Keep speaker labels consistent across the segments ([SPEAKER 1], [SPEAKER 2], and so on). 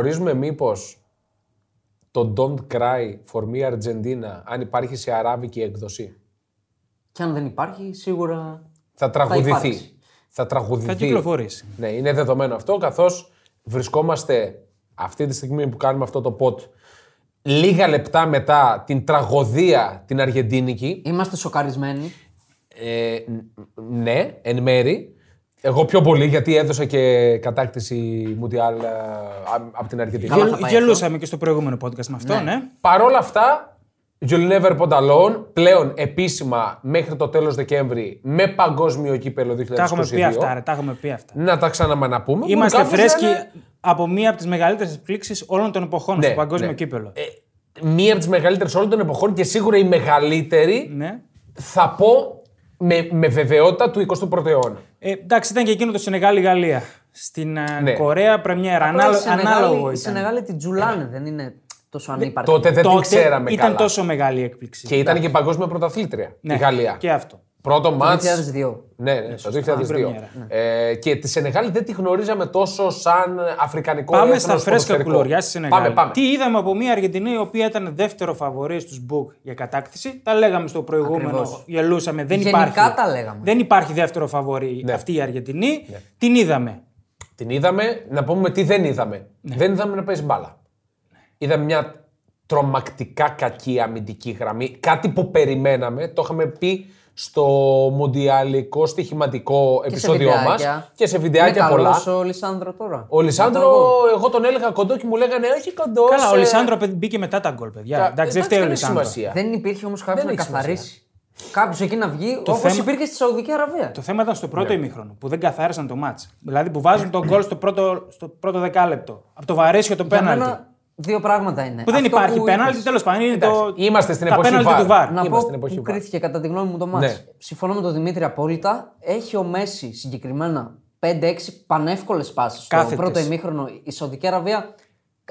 [SPEAKER 1] Παίζουμε μήπως το Don't Cry for Me Argentina αν υπάρχει σε αράβικη έκδοση.
[SPEAKER 2] Και αν δεν υπάρχει, σίγουρα.
[SPEAKER 1] Θα τραγουδηθεί.
[SPEAKER 2] υπάρξει.
[SPEAKER 1] Θα τραγουδηθεί.
[SPEAKER 3] Θα κυκλοφορήσει.
[SPEAKER 1] Ναι, είναι δεδομένο αυτό, καθώς βρισκόμαστε αυτή τη στιγμή που κάνουμε αυτό το pot λίγα λεπτά μετά την τραγωδία την Αργεντίνικη.
[SPEAKER 2] Είμαστε σοκαρισμένοι.
[SPEAKER 1] Ε, ν- ναι, εν μέρη. Εγώ πιο πολύ, γιατί έδωσα και κατάκτηση Μουντιάλ από την Αργεντινή.
[SPEAKER 2] Καλά
[SPEAKER 3] Γελ-
[SPEAKER 2] θα πάει
[SPEAKER 3] Γελούσαμε και στο προηγούμενο podcast με αυτό, ναι.
[SPEAKER 1] Παρ' όλα αυτά, You'll Never Pond Alone, πλέον επίσημα μέχρι το τέλος Δεκέμβρη με παγκόσμιο κύπελο 2022.
[SPEAKER 3] Τα έχουμε πει αυτά, ρε, τα έχουμε πει αυτά.
[SPEAKER 1] Να τα ξαναμαναπούμε.
[SPEAKER 3] Είμαστε
[SPEAKER 1] Κάποιοι
[SPEAKER 3] φρέσκοι
[SPEAKER 1] λένε,
[SPEAKER 3] από μία από τις μεγαλύτερες εκπλήξεις όλων των εποχών
[SPEAKER 1] Ναι,
[SPEAKER 3] στο παγκόσμιο
[SPEAKER 1] ναι.
[SPEAKER 3] κύπελο.
[SPEAKER 1] ε, μία από τις μεγαλύτερες όλων των εποχών και σίγουρα η μεγαλύτερη
[SPEAKER 3] ναι.
[SPEAKER 1] θα πω με, με βεβαιότητα του 21ου αιώνα.
[SPEAKER 3] Ε, εντάξει, ήταν και εκείνο το Σενεγάλη-Γαλλία. Στην ε,
[SPEAKER 1] Ναι.
[SPEAKER 3] Κορέα, πρεμιέρα.
[SPEAKER 2] Απλά
[SPEAKER 3] Ανάλο,
[SPEAKER 2] η Σενεγάλη-
[SPEAKER 3] ανάλογο
[SPEAKER 2] Η
[SPEAKER 3] ήταν. Ναι,
[SPEAKER 2] Σενεγάλη την τζουλάνε, δεν είναι τόσο ανύπαρκτη.
[SPEAKER 1] Τότε δεν την
[SPEAKER 3] Τότε
[SPEAKER 1] ξέραμε
[SPEAKER 3] ήταν
[SPEAKER 1] καλά.
[SPEAKER 3] τόσο μεγάλη η έκπληξη. Ναι,
[SPEAKER 1] Και ήταν και παγκόσμια πρωταθλήτρια η Γαλλία.
[SPEAKER 3] Και αυτό.
[SPEAKER 1] Πρώτο μάτς.
[SPEAKER 2] 2002.
[SPEAKER 1] Ναι, ναι, το 2002.
[SPEAKER 3] η πρεμιέρα. ναι.
[SPEAKER 1] Ε, και τη Σενεγάλη δεν τη γνωρίζαμε τόσο σαν αφρικανικό
[SPEAKER 3] Πάμε
[SPEAKER 1] έθνος
[SPEAKER 3] στα φρέσκα
[SPEAKER 1] ποδοσφαιρικό.
[SPEAKER 3] κουλουριά στη Σενεγάλη.
[SPEAKER 1] Πάμε, πάμε.
[SPEAKER 3] Τι είδαμε από μια Αργεντινή η οποία ήταν δεύτερο φαβορή στους Μπουκ για κατάκτηση. Τα λέγαμε στο προηγούμενο.
[SPEAKER 2] Ακριβώς.
[SPEAKER 3] Γελούσαμε. Δεν
[SPEAKER 2] Γενικά
[SPEAKER 3] υπάρχει.
[SPEAKER 2] τα λέγαμε.
[SPEAKER 3] Δεν υπάρχει δεύτερο φαβορή
[SPEAKER 1] Ναι.
[SPEAKER 3] αυτή η Αργεντινή. Την είδαμε.
[SPEAKER 1] Την είδαμε, να πούμε τι δεν είδαμε.
[SPEAKER 3] Ναι.
[SPEAKER 1] Δεν είδαμε να παίζει μπάλα. Είδαμε μια τρομακτικά κακή αμυντική γραμμή. Κάτι που περιμέναμε, το είχαμε πει στο μοντιαλικό στοιχηματικό επεισόδιό μα
[SPEAKER 2] βιντεάκια.
[SPEAKER 1] και σε βιντεάκια
[SPEAKER 2] είναι
[SPEAKER 1] πολλά.
[SPEAKER 2] καλός ο Λισάνδρο τώρα.
[SPEAKER 1] Ο Λισάνδρο, εγώ τον έλεγα κοντό και μου λέγανε Όχι κοντό.
[SPEAKER 3] Καλά, ο
[SPEAKER 1] ε,
[SPEAKER 3] Λισάνδρο παιδί, μπήκε μετά τα γκολ, παιδιά. εντάξει, δεν φταίει ο
[SPEAKER 1] έχει
[SPEAKER 3] Λισάνδρο.
[SPEAKER 1] σημασία.
[SPEAKER 2] Δεν υπήρχε όμως κάποιο
[SPEAKER 1] Δεν
[SPEAKER 2] να
[SPEAKER 1] έχει σημασία.
[SPEAKER 2] καθαρίσει. Κάποιος εκεί να βγει, όπως
[SPEAKER 3] θέμα-
[SPEAKER 2] υπήρχε στη Σαουδική Αραβία.
[SPEAKER 3] Το θέμα ήταν στο
[SPEAKER 1] Ναι.
[SPEAKER 3] πρώτο ημίχρονο που δεν καθάρισαν το μάτς. Δηλαδή που βάζουν τον γκολ στο πρώτο, στο πρώτο δεκάλεπτο. Από το βαρέσιο το
[SPEAKER 2] Για
[SPEAKER 3] πέναλτι.
[SPEAKER 2] μένα δύο πράγματα είναι.
[SPEAKER 3] Που δεν
[SPEAKER 2] Αυτό
[SPEAKER 3] υπάρχει
[SPEAKER 2] που
[SPEAKER 3] πέναλτι,
[SPEAKER 2] είπες.
[SPEAKER 3] τέλος πάντων. Είναι το...
[SPEAKER 1] Είμαστε στην
[SPEAKER 3] τα
[SPEAKER 1] εποχή
[SPEAKER 3] πέναλτι
[SPEAKER 1] VAR.
[SPEAKER 3] του VAR.
[SPEAKER 2] Να
[SPEAKER 1] Είμαστε
[SPEAKER 2] πω
[SPEAKER 1] στην εποχή
[SPEAKER 2] που
[SPEAKER 1] VAR.
[SPEAKER 2] κρίθηκε κατά τη γνώμη μου το μάτς.
[SPEAKER 1] Ναι.
[SPEAKER 2] Συμφωνώ με τον Δημήτρη απόλυτα. Έχει ο Μέση συγκεκριμένα 5-6 πανεύκολε πάσει. Στο
[SPEAKER 3] Κάθετες.
[SPEAKER 2] πρώτο ημίχρονο η Σαουδική Αραβία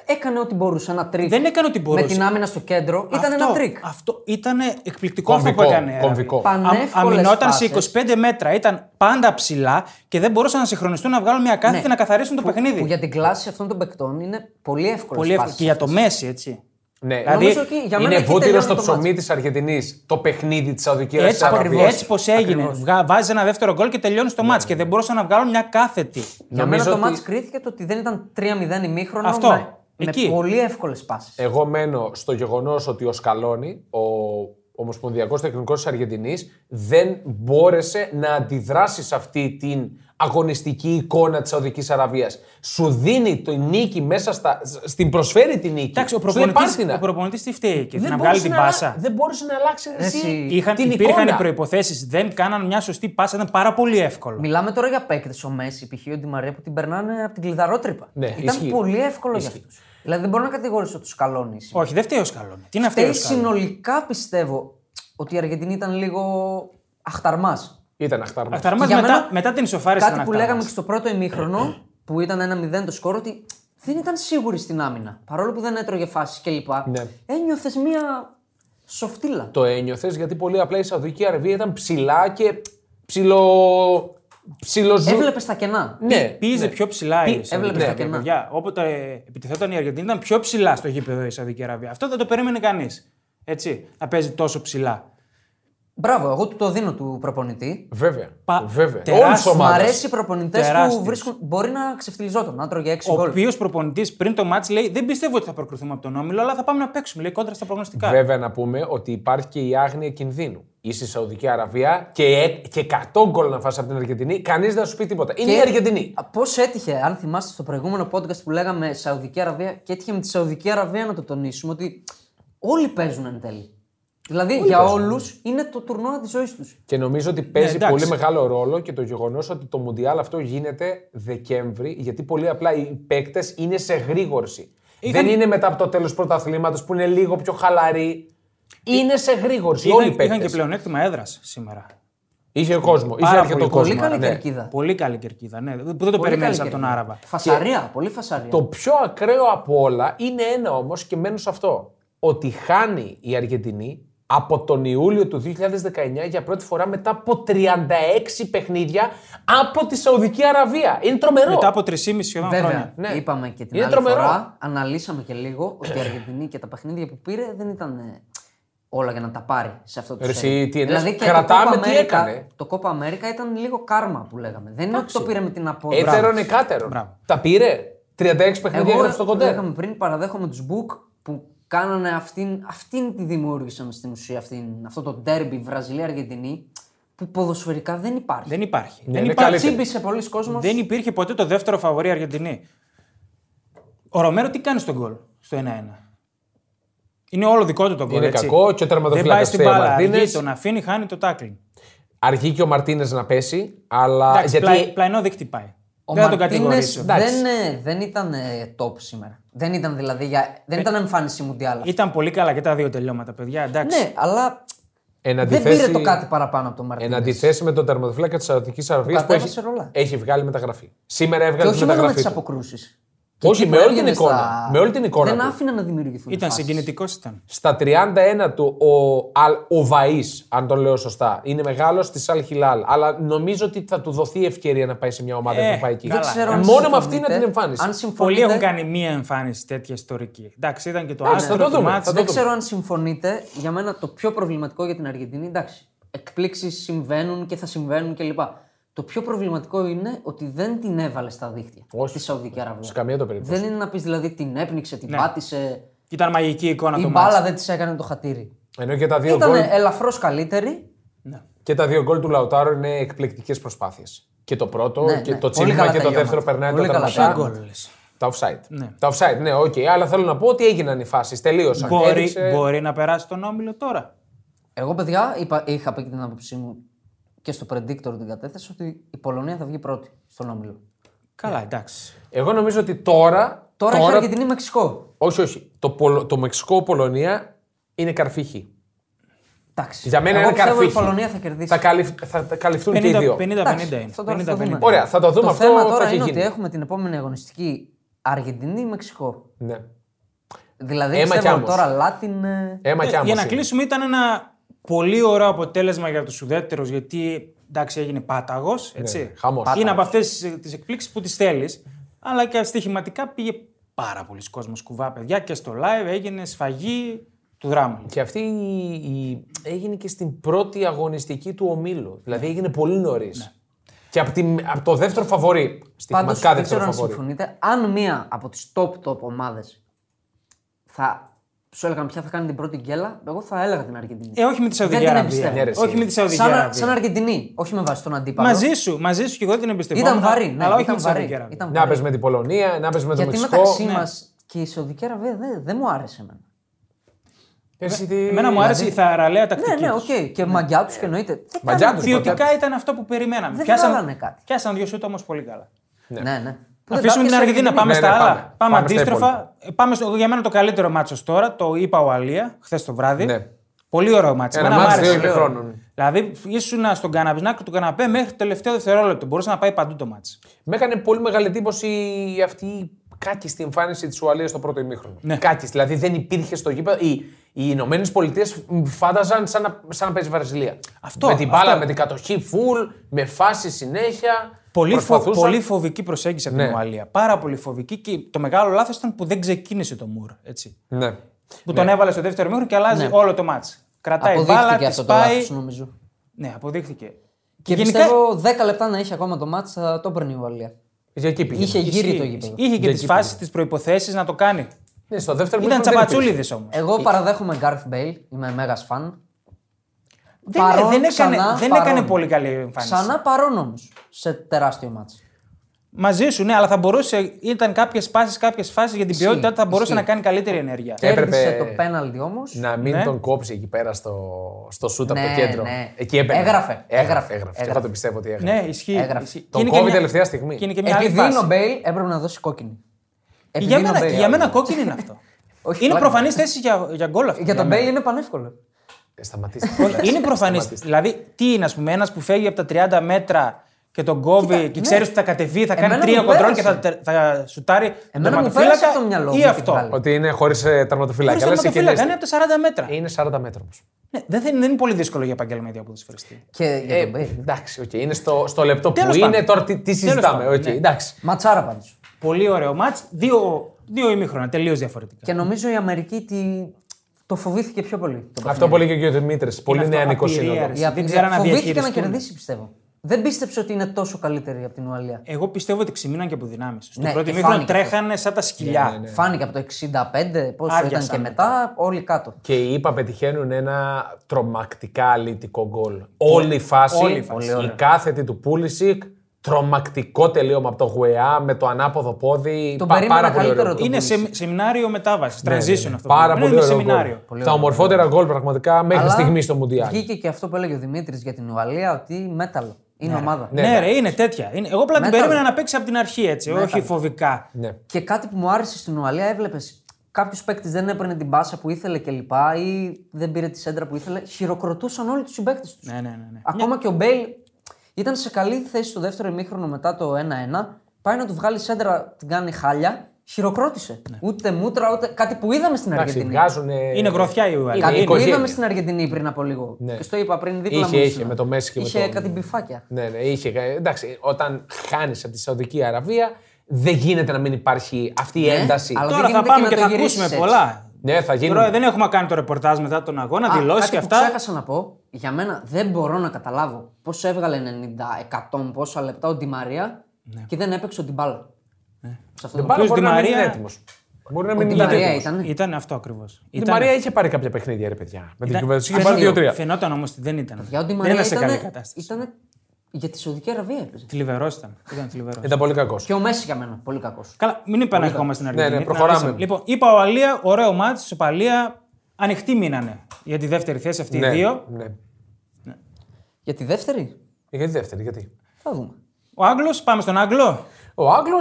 [SPEAKER 2] έκανε ό,τι μπορούσε. Ένα τρίκ.
[SPEAKER 3] Δεν έκανε ό,τι μπορούσε.
[SPEAKER 2] Με την άμυνα στο κέντρο ήταν
[SPEAKER 3] Αυτό-
[SPEAKER 2] ένα τρίκ.
[SPEAKER 3] Αυτό ήταν εκπληκτικό αυτό που
[SPEAKER 1] Κομβικό.
[SPEAKER 3] έκανε. ρε.
[SPEAKER 1] κομβικό.
[SPEAKER 2] Πα-
[SPEAKER 3] Α-
[SPEAKER 2] Πανεύκολες
[SPEAKER 3] Αμυνόταν σε
[SPEAKER 2] πάσες.
[SPEAKER 3] 25 μέτρα, ήταν πάντα ψηλά και δεν μπορούσαν να συγχρονιστούν να βγάλουν μια κάθετη
[SPEAKER 2] Ναι.
[SPEAKER 3] να καθαρίσουν το
[SPEAKER 2] Που
[SPEAKER 3] παιχνίδι.
[SPEAKER 2] για την κλάση αυτών των παικτών είναι πολύ εύκολο.
[SPEAKER 3] Πολύ εύκολο. Και για το Μέση, έτσι.
[SPEAKER 1] Ναι,
[SPEAKER 3] Δηλαδή,
[SPEAKER 2] Νομίζω ότι για μένα
[SPEAKER 1] είναι
[SPEAKER 2] εκεί
[SPEAKER 1] βούτυρο
[SPEAKER 2] τελειώνει
[SPEAKER 1] στο
[SPEAKER 2] το
[SPEAKER 1] ψωμί της Αργεντινής το παιχνίδι της Σαουδικής
[SPEAKER 3] Έτσι,
[SPEAKER 1] Αραβίας.
[SPEAKER 3] έτσι πώ έγινε. Βγα- Βάζει ένα δεύτερο γκολ και τελειώνει
[SPEAKER 1] Ναι.
[SPEAKER 3] το μάτς και δεν μπορούσαν να βγάλουν μια κάθετη.
[SPEAKER 2] Για μένα
[SPEAKER 1] Νομίζω
[SPEAKER 2] το
[SPEAKER 1] ότι-
[SPEAKER 2] μάτς κρίθηκε το ότι δεν ήταν 3-0 ημίχρονο.
[SPEAKER 3] Αυτό.
[SPEAKER 2] Με, με
[SPEAKER 3] Εκεί. Ε,
[SPEAKER 2] πολύ εύκολες πάσει.
[SPEAKER 1] Εγώ μένω στο γεγονός ότι ο Σκαλόνι, ο Ομοσπονδιακός Τεχνικός της Αργεντινής, δεν μπόρεσε να αντιδράσει σε αυτή την αγωνιστική εικόνα της Σαουδικής Αραβίας. Σου δίνει τη νίκη μέσα στα. στην προσφέρει τη νίκη.
[SPEAKER 3] Εντάξει, ο
[SPEAKER 1] Σου λέει, πάρ' την.
[SPEAKER 3] προπονητής, ο προπονητής τι φταίει και
[SPEAKER 1] δεν
[SPEAKER 3] να βγάλει
[SPEAKER 1] μπόρεσε
[SPEAKER 3] την
[SPEAKER 1] να-
[SPEAKER 3] πάσα.
[SPEAKER 1] Δεν μπόρεσε να αλλάξει ρε, εσύ,
[SPEAKER 2] Εσύ.
[SPEAKER 3] Είχαν,
[SPEAKER 1] την
[SPEAKER 3] υπήρχαν
[SPEAKER 1] εικόνα.
[SPEAKER 3] προποθέσει, δεν κάναν μια σωστή πάσα, ήταν πάρα πολύ εύκολο.
[SPEAKER 2] Μιλάμε τώρα για παίκτες. Ο Μέση, π.χ. ο Ντιμαρία που την περνάνε από την κλειδαρότρυπα.
[SPEAKER 1] Ναι,
[SPEAKER 2] ήταν
[SPEAKER 1] ισχύει.
[SPEAKER 2] πολύ εύκολο για αυτούς. Δηλαδή δεν μπορώ να κατηγορήσω τους καλώνει.
[SPEAKER 3] Όχι, δεν φταίει ο Σκαλόνι. Τι είναι αυτή
[SPEAKER 2] Φταίει
[SPEAKER 3] ο Σκαλόνι.
[SPEAKER 2] συνολικά πιστεύω ότι η Αργεντινή ήταν λίγο αχταρμάς.
[SPEAKER 1] Ήταν αχταρμάς.
[SPEAKER 3] Αχταρμάς
[SPEAKER 2] Για
[SPEAKER 3] μετά,
[SPEAKER 2] μένα-
[SPEAKER 3] μετά την ισοφάριση
[SPEAKER 2] Κάτι
[SPEAKER 3] ήταν
[SPEAKER 2] που
[SPEAKER 3] αχταρμάς.
[SPEAKER 2] λέγαμε και στο πρώτο ημίχρονο, που ήταν ένα 0 το σκορ, ότι δεν ήταν σίγουρη στην άμυνα. Παρόλο που δεν έτρωγε φάσεις κλπ.
[SPEAKER 1] Ναι.
[SPEAKER 2] Ένιωθες μία σοφτήλα.
[SPEAKER 1] Το ένιωθες γιατί πολύ απλά η Σαουδική Αραβία ήταν ψηλά και ψηλο. ψιλοζου...
[SPEAKER 2] Έβλεπες τα κενά.
[SPEAKER 1] Ναι,
[SPEAKER 3] Πίεζε πιο ψηλά η Σαουδική
[SPEAKER 2] έβλεπες τα
[SPEAKER 3] Αραβία.
[SPEAKER 2] κενά.
[SPEAKER 3] παιδιά. Όποτε επιτιθόταν η Αργεντινή ήταν πιο ψηλά στο γήπεδο η Σαουδική Αραβία. Αυτό δεν το περίμενε κανείς. Έτσι, να παίζει τόσο ψηλά.
[SPEAKER 2] Μπράβο, εγώ του το δίνω του προπονητή.
[SPEAKER 1] Βέβαια.
[SPEAKER 3] Πα-
[SPEAKER 1] Βέβαια.
[SPEAKER 3] τεράστια-
[SPEAKER 1] Όλες οι
[SPEAKER 2] Μ'
[SPEAKER 1] ομάδες.
[SPEAKER 2] αρέσει οι προπονητές που
[SPEAKER 3] Τεράστιος.
[SPEAKER 2] βρίσκουν. Μπορεί να ξεφτυλιζόταν, να τρώγε 6
[SPEAKER 3] Ο
[SPEAKER 2] γκολ.
[SPEAKER 3] οποίος προπονητής πριν το μάτς λέει: Δεν πιστεύω ότι θα προκριθούμε από τον όμιλο, αλλά θα πάμε να παίξουμε. Λέει κόντρα στα προγνωστικά.
[SPEAKER 1] Βέβαια να πούμε ότι υπάρχει και η άγνοια κινδύνου. Είσαι στη Σαουδική Αραβία και, ε- και 100 γκολ να φας από την Αργεντινή, κανείς δεν θα σου πει τίποτα. Είναι η Αργεντινή.
[SPEAKER 2] Πώς έτυχε, αν θυμάστε στο προηγούμενο podcast που λέγαμε Σαουδική Αραβία, και έτυχε με τη Σαουδική Αραβία να το τονίσουμε ότι όλοι παίζουν εν τέλει. Δηλαδή για όλου είναι το τουρνουά της ζωής τους.
[SPEAKER 1] Και νομίζω ότι παίζει
[SPEAKER 3] Ναι, εντάξει.
[SPEAKER 1] πολύ μεγάλο ρόλο και το γεγονός ότι το Μουντιάλ αυτό γίνεται Δεκέμβρη, γιατί πολύ απλά οι παίκτες είναι σε γρήγορση.
[SPEAKER 3] Είχαν-
[SPEAKER 1] Δεν είναι μετά από το τέλος πρωταθλήματος που είναι λίγο πιο χαλαροί. Είναι σε γρήγορση όλοι οι
[SPEAKER 3] Είχαν, είχαν
[SPEAKER 1] παίκτε.
[SPEAKER 3] Ε, και πλεονέκτημα έδρας σήμερα.
[SPEAKER 1] Είχε κόσμο, είχε
[SPEAKER 3] Πάρα
[SPEAKER 1] αρκετό
[SPEAKER 3] πολύ
[SPEAKER 1] κόσμο.
[SPEAKER 2] Πολύ καλή
[SPEAKER 1] ναι.
[SPEAKER 2] κερκίδα.
[SPEAKER 3] Πολύ καλή κερκίδα, ναι. Που δεν το
[SPEAKER 2] Πολύ
[SPEAKER 3] περιμένει
[SPEAKER 2] καλή
[SPEAKER 3] από τον
[SPEAKER 2] κερκίδα.
[SPEAKER 3] Άραβα.
[SPEAKER 2] Φασαρία, πολύ φασαρία.
[SPEAKER 1] Το πιο ακραίο από όλα είναι ένα όμως και μένω σε αυτό. Ότι χάνει η Αργεντινή από τον Ιούλιο του 2019 για πρώτη φορά μετά από 36 παιχνίδια από τη Σαουδική Αραβία. Είναι τρομερό.
[SPEAKER 3] Μετά από 3,5 σχεδόν
[SPEAKER 2] Βέβαια,
[SPEAKER 3] χρόνια.
[SPEAKER 1] ναι.
[SPEAKER 2] είπαμε και την
[SPEAKER 1] Είναι
[SPEAKER 2] άλλη
[SPEAKER 1] τρομερό.
[SPEAKER 2] φορά, αναλύσαμε και λίγο ότι η Αργεντινή και τα παιχνίδια που πήρε δεν ήταν ε, όλα για να τα πάρει σε αυτό το
[SPEAKER 1] Ρε εσύ,
[SPEAKER 2] σερί. Δηλαδή,
[SPEAKER 1] τι εννοείς,
[SPEAKER 2] και
[SPEAKER 1] κρατάμε
[SPEAKER 2] το Copa
[SPEAKER 1] τι
[SPEAKER 2] America-
[SPEAKER 1] έκανε.
[SPEAKER 2] Το Copa America ήταν λίγο κάρμα που λέγαμε. Δεν είναι ότι το πήρε με την απόδοση.
[SPEAKER 1] Έτερον εκάτερον.
[SPEAKER 3] Μπράβο.
[SPEAKER 1] Τα πήρε. 36 παιχνίδια έγραψε στο κοντέρ.
[SPEAKER 2] λέγαμε πριν, παραδέχομαι τους Μπουκ που κάνανε αυτήν, αυτήν τη δημιούργησαν στην ουσία αυτήν, αυτό το ντέρμπι Βραζιλία-Αργεντινή που ποδοσφαιρικά δεν υπάρχει.
[SPEAKER 3] Δεν υπάρχει.
[SPEAKER 1] Ναι,
[SPEAKER 3] δεν,
[SPEAKER 1] είναι
[SPEAKER 3] υπάρχει.
[SPEAKER 1] καλύτερη.
[SPEAKER 2] Τσίμπησε πολλοί κόσμος.
[SPEAKER 3] δεν υπήρχε ποτέ το δεύτερο φαβορή Αργεντινή. Ο Ρομέρο τι κάνει στον γκολ στο 1-1. Είναι όλο δικό του τον γκολ.
[SPEAKER 1] Είναι
[SPEAKER 3] έτσι.
[SPEAKER 1] κακό και ο
[SPEAKER 3] Δεν πάει
[SPEAKER 1] τερματοφύλακας
[SPEAKER 3] στην
[SPEAKER 1] Θεό
[SPEAKER 3] μπάλα. Αργεί,
[SPEAKER 1] Μαρτίνες
[SPEAKER 3] τον αφήνει, χάνει το τάκλινγκ.
[SPEAKER 1] αργεί και ο Μαρτίνες να πέσει, αλλά
[SPEAKER 3] Εντάξει,
[SPEAKER 1] γιατί
[SPEAKER 3] πλαϊ- πλαϊνό δεν χτυπάει.
[SPEAKER 2] Ο
[SPEAKER 3] δεν θα τον
[SPEAKER 2] Μαρτίνες
[SPEAKER 3] κατηγορήσω.
[SPEAKER 2] δεν, ε, δεν ήταν ε, top σήμερα. Δεν ήταν δηλαδή. Για,
[SPEAKER 1] Ε.
[SPEAKER 2] δεν ήταν εμφάνιση μουντιάλ.
[SPEAKER 3] Ήταν πολύ καλά και τα δύο τελειώματα, παιδιά. Εντάξει.
[SPEAKER 2] Ναι, αλλά
[SPEAKER 1] εν
[SPEAKER 2] δεν
[SPEAKER 1] αντιθέσει,
[SPEAKER 2] πήρε το κάτι παραπάνω από τον
[SPEAKER 1] εν
[SPEAKER 2] Μαρτίνε.
[SPEAKER 1] αντιθέσει με τον τερματοφύλακα της Σαουδικής Αραβίας που
[SPEAKER 2] κατέβασε
[SPEAKER 1] έχει,
[SPEAKER 2] ρολά.
[SPEAKER 1] έχει βγάλει μεταγραφή. Σήμερα
[SPEAKER 2] Και
[SPEAKER 1] έβγαλε τη
[SPEAKER 2] όχι μόνο με τι
[SPEAKER 1] μεταγραφή. του.
[SPEAKER 2] αποκρούσεις.
[SPEAKER 1] Όχι, με όλη την εικόνα. Με όλη την εικόνα.
[SPEAKER 2] Δεν
[SPEAKER 1] του.
[SPEAKER 2] άφηνε να δημιουργηθούν.
[SPEAKER 3] Ήταν
[SPEAKER 2] φάσεις.
[SPEAKER 3] συγκινητικός ήταν.
[SPEAKER 1] Στα 31 του ο Αλ Οβαή, αν τον λέω σωστά, είναι μεγάλος της Αλ Χιλάλ. Αλλά νομίζω ότι θα του δοθεί ευκαιρία να πάει σε μια ομάδα
[SPEAKER 3] Ε,
[SPEAKER 1] ευρωπαϊκή.
[SPEAKER 3] καλά.
[SPEAKER 2] Δεν ξέρω
[SPEAKER 1] Ε,
[SPEAKER 2] αν
[SPEAKER 1] Μόνο με
[SPEAKER 2] συμφωνείτε.
[SPEAKER 1] αυτήν την εμφάνιση.
[SPEAKER 2] Αν
[SPEAKER 3] Πολλοί
[SPEAKER 2] συμφωνείτε,
[SPEAKER 3] έχουν κάνει μία εμφάνιση τέτοια ιστορική. Εντάξει, ήταν και το
[SPEAKER 1] Εντάξει,
[SPEAKER 3] άστρο
[SPEAKER 1] Ναι, θα το
[SPEAKER 3] του
[SPEAKER 1] δούμε,
[SPEAKER 3] μάτς.
[SPEAKER 1] θα το
[SPEAKER 2] δεν
[SPEAKER 1] δούμε.
[SPEAKER 2] ξέρω αν συμφωνείτε. Για μένα το πιο προβληματικό για την Αργεντινή, εντάξει, εκπλήξεις συμβαίνουν και θα συμβαίνουν κλπ. Το πιο προβληματικό είναι ότι δεν την έβαλε στα δίχτυα
[SPEAKER 1] Όχι. Ναι.
[SPEAKER 2] της Σαουδική Αραβία.
[SPEAKER 1] Σε καμία το περίπτωση.
[SPEAKER 2] Δεν είναι να πεις δηλαδή την έπνιξε, την πάτησε.
[SPEAKER 3] Ήταν μαγική εικόνα
[SPEAKER 2] Η
[SPEAKER 3] το μάτς.
[SPEAKER 2] μπάλα δεν της έκανε το χατήρι.
[SPEAKER 1] Ενώ και τα δύο
[SPEAKER 2] Ήταν
[SPEAKER 1] γκολ
[SPEAKER 2] ελαφρώς καλύτερη.
[SPEAKER 1] Και τα δύο γκολ του Λαουτάρο είναι εκπληκτικές προσπάθειες. Και το πρώτο,
[SPEAKER 2] Ναι,
[SPEAKER 1] και
[SPEAKER 2] ναι.
[SPEAKER 1] το
[SPEAKER 2] Πολύ
[SPEAKER 1] τσίλιμα και
[SPEAKER 2] καλά
[SPEAKER 1] το
[SPEAKER 2] τελειώματα.
[SPEAKER 1] δεύτερο περνάει
[SPEAKER 2] Πολύ
[SPEAKER 1] τα
[SPEAKER 2] καλά
[SPEAKER 1] τερματά.
[SPEAKER 2] τελειώματα.
[SPEAKER 3] Γκολ, λες.
[SPEAKER 1] Τα offside.
[SPEAKER 3] Ναι.
[SPEAKER 1] Τα offside, ναι, οκ. Αλλά θέλω να πω ότι έγιναν οι φάσεις. Τελείωσαν.
[SPEAKER 3] Μπορεί,
[SPEAKER 1] Έδειξε-
[SPEAKER 3] μπορεί να περάσει τον όμιλο τώρα.
[SPEAKER 2] Εγώ, παιδιά, είπα, είχα πει και την άποψή μου και στο predictor την κατέθεσα ότι η Πολωνία θα βγει πρώτη στον όμιλο.
[SPEAKER 3] Καλά, εντάξει.
[SPEAKER 1] Εγώ νομίζω ότι τώρα.
[SPEAKER 2] Τώρα, έχει Αργεντινή Μεξικό.
[SPEAKER 1] Όχι, όχι. Το, Πολο... το Μεξικό-Πολωνία είναι καρφίχη.
[SPEAKER 2] Εντάξει.
[SPEAKER 1] Για μένα
[SPEAKER 2] Εγώ
[SPEAKER 1] είναι
[SPEAKER 2] πιστεύω
[SPEAKER 1] καρφίχη.
[SPEAKER 2] η Πολωνία θα κερδίσει.
[SPEAKER 1] Θα, καλυφ... θα τα καλυφθούν και οι
[SPEAKER 3] 50-50
[SPEAKER 1] δύο.
[SPEAKER 2] Εντάξει,
[SPEAKER 3] είναι.
[SPEAKER 2] αυτό τώρα θα το
[SPEAKER 3] 50-50.
[SPEAKER 2] δούμε.
[SPEAKER 1] Ωραία, θα το δούμε
[SPEAKER 2] το
[SPEAKER 1] αυτό.
[SPEAKER 2] θέμα
[SPEAKER 1] θα
[SPEAKER 2] τώρα
[SPEAKER 1] έχει
[SPEAKER 2] είναι
[SPEAKER 1] γίνει.
[SPEAKER 2] ότι έχουμε την επόμενη αγωνιστική Αργεντινή-Μεξικό.
[SPEAKER 1] Ναι.
[SPEAKER 2] Δηλαδή
[SPEAKER 1] Έμα κι
[SPEAKER 2] πιστεύω
[SPEAKER 1] άμμος.
[SPEAKER 2] τώρα Λάτιν. ε,
[SPEAKER 1] Έμα
[SPEAKER 3] Ναι, Για-
[SPEAKER 1] κι άμα.
[SPEAKER 3] για να κλείσουμε, ήταν ένα πολύ ωραίο αποτέλεσμα για τους ουδέτερους, γιατί εντάξει, έγινε πάταγος.
[SPEAKER 1] Ναι, χαμός.
[SPEAKER 3] Είναι από αυτές τις εκπλήξεις που τις θέλεις. Αλλά και στοιχηματικά πήγε πάρα πολλοί κόσμος κουβά, παιδιά, και στο live έγινε σφαγή του δράμου.
[SPEAKER 1] Και αυτή η... η- έγινε και στην πρώτη αγωνιστική του ομίλου. Δηλαδή έγινε πολύ νωρίς.
[SPEAKER 3] Ναι.
[SPEAKER 1] Και από, τη... απ' το δεύτερο φαβορή.
[SPEAKER 2] Πάντως
[SPEAKER 1] Στιγματικά
[SPEAKER 2] δεν
[SPEAKER 1] δεύτερο
[SPEAKER 2] ξέρω αν
[SPEAKER 1] φαβορή.
[SPEAKER 2] συμφωνείτε. Αν μία από τις top top ομάδες θα σου έλεγαν ποια θα κάνει την πρώτη γκέλα, εγώ θα έλεγα την Αργεντινή.
[SPEAKER 3] Ε, όχι με τη Σαουδική
[SPEAKER 2] την
[SPEAKER 3] Αραβία.
[SPEAKER 2] εμπιστεύω.
[SPEAKER 1] Ναι, ρε, εσύ.
[SPEAKER 3] όχι με τη Σαουδική
[SPEAKER 2] σαν,
[SPEAKER 3] Αραβία.
[SPEAKER 2] σαν Αργεντινή, όχι με βάση τον αντίπαλο.
[SPEAKER 3] Μαζί σου, μαζί σου και εγώ την εμπιστευόμουν.
[SPEAKER 2] Ήταν βαρύ. Ναι,
[SPEAKER 3] αλλά όχι με
[SPEAKER 2] ήταν
[SPEAKER 3] τη
[SPEAKER 2] βαρύ.
[SPEAKER 3] Σαουδική Αραβία.
[SPEAKER 2] Ήταν
[SPEAKER 1] Να
[SPEAKER 2] βαρύ.
[SPEAKER 1] πες με την Πολωνία, να πες με το
[SPEAKER 2] Γιατί
[SPEAKER 1] Μεξικό.
[SPEAKER 2] μεταξύ
[SPEAKER 1] Ναι.
[SPEAKER 2] μας και η Σαουδική Αραβία δεν δεν μου άρεσε εμένα.
[SPEAKER 1] Εσύ τι-
[SPEAKER 3] Εμένα μου άρεσε η θαραλέα τακτική.
[SPEAKER 2] Ναι, ναι,
[SPEAKER 3] τους.
[SPEAKER 2] οκ. Και μαγιά τους και
[SPEAKER 3] Ε,
[SPEAKER 2] εννοείται. Δεν
[SPEAKER 1] Μαγιά
[SPEAKER 2] κάνανε
[SPEAKER 1] τους,
[SPEAKER 2] τίποτα.
[SPEAKER 3] Ποιοτικά ήταν αυτό που περιμέναμε.
[SPEAKER 2] Δεν
[SPEAKER 3] Πιάσαν-
[SPEAKER 2] βγάλανε κάτι.
[SPEAKER 3] Πιάσαν δύο σούτ όμως πολύ καλά.
[SPEAKER 2] Ναι, ναι.
[SPEAKER 3] Να αφήσουμε την Αργεντινή να πάμε
[SPEAKER 1] Ναι,
[SPEAKER 3] στα
[SPEAKER 1] ναι,
[SPEAKER 3] άλλα.
[SPEAKER 1] πάμε.
[SPEAKER 3] Πάμε,
[SPEAKER 1] Πάμε στα
[SPEAKER 3] αντίστροφα. Ε, Πάμε στο, για μένα το καλύτερο μάτσο τώρα, το είπα ο Αλία χθες το βράδυ.
[SPEAKER 1] Ναι.
[SPEAKER 3] Πολύ ωραίο μάτσο.
[SPEAKER 1] Ένα
[SPEAKER 3] Εμένα μου
[SPEAKER 1] μάτς
[SPEAKER 3] άρεσε.
[SPEAKER 1] δύο ναι. ημιχρόνων.
[SPEAKER 3] Δηλαδή ήσουν στον καναπέ, στην άκρη του καναπέ μέχρι το τελευταίο δευτερόλεπτο. Μπορούσε να πάει παντού το μάτσο.
[SPEAKER 1] Με έκανε πολύ μεγάλη εντύπωση αυτή η κάκιστη εμφάνιση της Ουαλίας στο πρώτο ημίχρονο.
[SPEAKER 3] Ναι.
[SPEAKER 1] Κάκιστη, δηλαδή δεν υπήρχε στο γήπεδο. Οι, οι Ηνωμένες Πολιτείες φάνταζαν σαν να, σαν να παίζει Βραζιλία.
[SPEAKER 3] Αυτό,
[SPEAKER 1] Με την μπάλα,
[SPEAKER 3] αυτό.
[SPEAKER 1] με την κατοχή full, με φάση συνέχεια.
[SPEAKER 3] Πολύ, φο-
[SPEAKER 1] Προσπαθούσαν.
[SPEAKER 3] πολύ φοβική προσέγγιση από
[SPEAKER 1] Ναι.
[SPEAKER 3] την Ουαλία. Πάρα πολύ φοβική και το μεγάλο λάθος ήταν που δεν ξεκίνησε το Μουρ. Έτσι.
[SPEAKER 1] Ναι.
[SPEAKER 3] Που τον έβαλε στο δεύτερο μήχρονο και αλλάζει όλο το μάτσο. Κρατάει μπάλα,
[SPEAKER 2] Ναι. Αποδείχτηκε
[SPEAKER 3] της
[SPEAKER 2] αυτό το
[SPEAKER 3] πάει.
[SPEAKER 2] λάθος, νομίζω.
[SPEAKER 3] Ναι, αποδείχθηκε.
[SPEAKER 2] Και πιστεύω 10 λεπτά να είχε ακόμα το μάτς θα το έπαιρνε η Ουαλία.
[SPEAKER 1] Για εκεί πήγε.
[SPEAKER 2] Είχε γύρει το
[SPEAKER 3] Ισχύει.
[SPEAKER 2] γήπεδο.
[SPEAKER 3] Είχε και
[SPEAKER 1] Για
[SPEAKER 3] τις
[SPEAKER 1] εκεί
[SPEAKER 3] φάσεις, τις προποθέσει να το κάνει.
[SPEAKER 1] Ναι, στο δεύτερο
[SPEAKER 3] Ήταν
[SPEAKER 1] ημίχρονο δεν
[SPEAKER 3] τσαπατσούλιδες όμως.
[SPEAKER 2] Εγώ παραδέχομαι Garth Bale, είμαι μέγας φαν.
[SPEAKER 3] Δεν,
[SPEAKER 2] Παρόν,
[SPEAKER 3] δεν, έκανε,
[SPEAKER 2] ξανά,
[SPEAKER 3] δεν
[SPEAKER 2] παρόν.
[SPEAKER 3] έκανε πολύ καλή εμφάνιση.
[SPEAKER 2] Ξανά παρόν όμως σε τεράστιο μάτς.
[SPEAKER 3] Μαζί σου, ναι, αλλά θα μπορούσε. Ήταν κάποιες πάσει, κάποιες φάσεις για την
[SPEAKER 2] Ισχύει,
[SPEAKER 3] ποιότητα του, θα μπορούσε
[SPEAKER 2] ισχύει.
[SPEAKER 3] να κάνει καλύτερη ενέργεια.
[SPEAKER 1] Έπρεπε-
[SPEAKER 2] Κέρδισε το πέναλτι όμως.
[SPEAKER 1] υπήρχε. Να μην
[SPEAKER 3] Ναι.
[SPEAKER 1] τον κόψει εκεί πέρα στο, στο σούτ από
[SPEAKER 2] Ναι,
[SPEAKER 1] το κέντρο.
[SPEAKER 2] ναι.
[SPEAKER 1] Εκεί έπαιρνε.
[SPEAKER 2] Έγραφε,
[SPEAKER 1] Έγραφε.
[SPEAKER 2] έγραφε,
[SPEAKER 1] έγραφε. Και
[SPEAKER 2] έγραφε.
[SPEAKER 1] εγώ το πιστεύω ότι έγραφε.
[SPEAKER 3] Ναι, ισχύει.
[SPEAKER 2] Έγραφε.
[SPEAKER 3] ισχύει.
[SPEAKER 1] Τον
[SPEAKER 3] Και είναι και
[SPEAKER 1] κόβει
[SPEAKER 3] μια-
[SPEAKER 1] τελευταία στιγμή.
[SPEAKER 3] Και είναι και μια άλλη
[SPEAKER 2] Επειδή είναι ο
[SPEAKER 3] φάση.
[SPEAKER 2] Bale έπρεπε να δώσει κόκκινη. Επειδή
[SPEAKER 3] Για
[SPEAKER 2] είναι ο
[SPEAKER 3] μένα,
[SPEAKER 2] Bale.
[SPEAKER 3] για μένα κόκκινη είναι αυτό.
[SPEAKER 2] Όχι,
[SPEAKER 3] είναι
[SPEAKER 2] όχι.
[SPEAKER 3] προφανής θέση για, για γκολ αυτό.
[SPEAKER 2] Για τον
[SPEAKER 3] μένα.
[SPEAKER 2] Bale είναι πανεύκολο.
[SPEAKER 1] Ε, Σταματήστε.
[SPEAKER 3] Όχι, είναι προφανής.
[SPEAKER 1] Σταματήστε.
[SPEAKER 3] δηλαδή, τι είναι, ας πούμε, ένας που φεύγει από τα 30 μέτρα και τον κόβει και
[SPEAKER 2] ναι.
[SPEAKER 3] ξέρεις ότι θα κατεβεί, θα κάνει
[SPEAKER 2] Εμένα
[SPEAKER 3] τρία
[SPEAKER 2] μου
[SPEAKER 3] κοντρόλ και
[SPEAKER 2] πέρασε.
[SPEAKER 3] θα, τε- θα σουτάρει τον
[SPEAKER 2] Εμένα μου
[SPEAKER 3] τερματοφύλακα
[SPEAKER 2] πέρασε το μυαλό μου
[SPEAKER 3] Ή
[SPEAKER 2] με τη
[SPEAKER 3] αυτό.
[SPEAKER 2] βγάλη.
[SPEAKER 1] Ότι είναι ε, χωρί
[SPEAKER 3] Χωρίς
[SPEAKER 1] τερματοφυλάκι. Αλλά
[SPEAKER 3] τερματοφύλακα, ναι, είναι
[SPEAKER 1] συγκινήστε.
[SPEAKER 3] από τα 40 μέτρα.
[SPEAKER 1] Είναι 40 μέτρα όμως.
[SPEAKER 3] Ναι, δεν, δεν, δεν είναι πολύ δύσκολο για επαγγελματία ποδοσφαιριστή.
[SPEAKER 2] Και για
[SPEAKER 1] Ε,
[SPEAKER 2] τον Μπέιλ.
[SPEAKER 1] εντάξει, οκ, είναι στο, στο λεπτό
[SPEAKER 3] Τέλος
[SPEAKER 1] που είναι
[SPEAKER 3] πάντων.
[SPEAKER 1] τώρα τι, τι
[SPEAKER 3] Τέλος
[SPEAKER 1] συζητάμε.
[SPEAKER 3] πάντων,
[SPEAKER 1] οκ,
[SPEAKER 3] ναι.
[SPEAKER 1] εντάξει.
[SPEAKER 2] Ματσάρα πάντως.
[SPEAKER 3] Πολύ ωραίο μάτς. Δύο, δύο ημίχρονα, τελείως διαφορετικά.
[SPEAKER 2] Και νομίζω η Αμερική τη... το φοβήθηκε πιο πολύ. Το
[SPEAKER 1] Αυτό που έλεγε και ο Δημήτρη. Πολύ
[SPEAKER 3] αυτό,
[SPEAKER 1] νεανικό
[SPEAKER 3] απειρία,
[SPEAKER 1] είναι.
[SPEAKER 3] ρε.
[SPEAKER 2] Η
[SPEAKER 3] δεν
[SPEAKER 2] απ-
[SPEAKER 3] ξέρανε να
[SPEAKER 2] Φοβήθηκε να
[SPEAKER 3] διαχειριστούν.
[SPEAKER 2] κερδίσει, πιστεύω. Δεν πίστεψε ότι είναι τόσο καλύτερη από την Ουαλία.
[SPEAKER 3] Εγώ πιστεύω ότι ξυμίναν και από δυνάμεις. Στο
[SPEAKER 2] Ναι,
[SPEAKER 3] πρώτο
[SPEAKER 2] και
[SPEAKER 3] ημίχρονο
[SPEAKER 2] φάνηκε αυτό. Ναι,
[SPEAKER 3] τρέχανε σαν τα σκυλιά.
[SPEAKER 2] Φάνηκε από το 65, πόσο ήταν
[SPEAKER 3] Άδειασαν
[SPEAKER 2] και μετά, όλοι κάτω.
[SPEAKER 1] Και οι ΙΠΑ πετυχαίνουν ένα τρομακτικά αλήτικο γκολ. Όλη η φάση,
[SPEAKER 3] Ναι, Όλη η φάση,
[SPEAKER 1] η κάθετη του Πούλησικ, τρομακτικό τελείωμα από το Γουεά με το ανάποδο πόδι.
[SPEAKER 2] Τον περίμενα καλύτερο το
[SPEAKER 3] Είναι
[SPEAKER 2] Πούλησικ.
[SPEAKER 3] σε, σεμινάριο μετάβασης.
[SPEAKER 1] Ναι, ναι, ναι.
[SPEAKER 3] Transition αυτό. που
[SPEAKER 1] Πάρα
[SPEAKER 3] λέμε.
[SPEAKER 1] πολύ
[SPEAKER 3] είναι
[SPEAKER 1] ωραίο
[SPEAKER 3] σεμινάριο.
[SPEAKER 1] γκολ. Τα ομορφότερα γκολ πραγματικά μέχρι
[SPEAKER 2] Αλλά
[SPEAKER 1] στιγμής στο Μουντιάλ.
[SPEAKER 2] Βγήκε και αυτό που έλεγε ο Δημήτρης για την Ουαλία ότι μέταλλο. Είναι ομάδα.
[SPEAKER 1] Ναι,
[SPEAKER 3] Ναι,
[SPEAKER 1] ναι.
[SPEAKER 3] ρε, είναι τέτοια. Είναι... Εγώ απλά την
[SPEAKER 2] Μέταλλ.
[SPEAKER 3] περίμενα να παίξει από την αρχή έτσι, όχι φοβικά.
[SPEAKER 1] Ναι.
[SPEAKER 2] Και κάτι που μου άρεσε στην Ουαλία, έβλεπες κάποιος παίκτης δεν έπαιρνε την πάσα που ήθελε κλπ. ή δεν πήρε τη σέντρα που ήθελε. Χειροκροτούσαν όλοι τους συμπαίκτες τους.
[SPEAKER 3] Ναι, ναι, ναι. ναι.
[SPEAKER 2] Ακόμα και ο Μπέιλ ήταν σε καλή θέση στο δεύτερο ημίχρονο μετά το 1-1. Πάει να του βγάλει σέντρα, την κάνει χάλια. Χειροκρότησε. Ούτε μούτρα, ούτε κάτι που είδαμε στην
[SPEAKER 1] Ναι. Εντάξει,
[SPEAKER 2] Αργεντινή.
[SPEAKER 1] βγάζουν.
[SPEAKER 2] Ε,
[SPEAKER 3] Είναι γροθιά η Ουαλία.
[SPEAKER 2] Κάτι
[SPEAKER 1] είναι
[SPEAKER 2] που
[SPEAKER 1] οικογένεια. Ναι.
[SPEAKER 2] είδαμε στην Αργεντινή πριν από λίγο. Και στο είπα πριν δίπλα
[SPEAKER 1] Είχε,
[SPEAKER 2] μου.
[SPEAKER 1] είχε, με το Μέση και με
[SPEAKER 2] είχε
[SPEAKER 1] τον-
[SPEAKER 2] κάτι μπιφάκια.
[SPEAKER 1] Ναι, ναι, είχε. Εντάξει, όταν χάνεις από τη Σαουδική Αραβία, δεν γίνεται να μην υπάρχει αυτή η ένταση.
[SPEAKER 2] Ναι, αλλά-
[SPEAKER 3] Τώρα
[SPEAKER 2] δεν
[SPEAKER 3] θα
[SPEAKER 2] γίνεται
[SPEAKER 3] πάμε
[SPEAKER 2] και
[SPEAKER 3] και
[SPEAKER 2] να
[SPEAKER 3] θα
[SPEAKER 2] το γυρίσεις
[SPEAKER 3] ακούσουμε
[SPEAKER 2] έτσι.
[SPEAKER 3] πολλά.
[SPEAKER 1] Ναι, θα γίνει.
[SPEAKER 3] Τώρα δεν έχουμε κάνει το ρεπορτάζ μετά τον αγώνα,
[SPEAKER 2] Α,
[SPEAKER 3] δηλώσει
[SPEAKER 2] κάτι
[SPEAKER 3] και
[SPEAKER 2] που
[SPEAKER 3] αυτά.
[SPEAKER 2] ξέχασα να πω, για μένα δεν μπορώ να καταλάβω πώς έβγαλε 90, 100 πόσα λεπτά ο Ντι Μαρία
[SPEAKER 1] Ναι.
[SPEAKER 2] και δεν έπαιξε ο Ντιμπάλα. Σε αυτό το
[SPEAKER 1] Πάρα
[SPEAKER 3] Ποιος
[SPEAKER 1] μπορεί
[SPEAKER 3] Di
[SPEAKER 1] να μην
[SPEAKER 3] Maria-
[SPEAKER 1] είναι έτοιμος. Μπορεί να μην
[SPEAKER 2] Di
[SPEAKER 1] είναι
[SPEAKER 2] Maria
[SPEAKER 1] έτοιμο.
[SPEAKER 2] Ναι, ήταν.
[SPEAKER 3] Ήταν αυτό ακριβώς.
[SPEAKER 1] Η Μαρία είχε πάρει κάποια παιχνίδια, ρε παιδιά. Με την κυβέρνηση είχε
[SPEAKER 3] Φαινόταν-
[SPEAKER 1] πάρει δύο-τρία.
[SPEAKER 3] Φαινόταν όμως ότι δεν ήταν.
[SPEAKER 2] Για ο Ντι
[SPEAKER 3] δεν
[SPEAKER 2] Μαρία
[SPEAKER 3] ήταν σε καλή
[SPEAKER 2] ήταν,
[SPEAKER 3] κατάσταση.
[SPEAKER 2] ήταν για τη Σαουδική Αραβία έπαιζε.
[SPEAKER 3] Θλιβερός ήταν. Ήταν θλιβερός.
[SPEAKER 1] Ήταν πολύ κακός.
[SPEAKER 2] Και ο Μέση για μένα, πολύ κακός.
[SPEAKER 3] Καλά, μην επαναρχόμαστε στην
[SPEAKER 1] ναι,
[SPEAKER 3] Αργεντινή. την
[SPEAKER 1] προχωράμε.
[SPEAKER 3] αφήσαμε. Λοιπόν, είπα ο Αλία, ωραίο μάτι, σοπαλία. Ανοιχτοί μείνανε για τη δεύτερη θέση αυτοί οι δύο.
[SPEAKER 1] ναι.
[SPEAKER 2] Για τη δεύτερη,
[SPEAKER 1] Γιατί δεύτερη, γιατί.
[SPEAKER 2] θα δούμε.
[SPEAKER 3] Ο Άγγλος, πάμε στον Άγγλο.
[SPEAKER 1] Ο Άγγλος.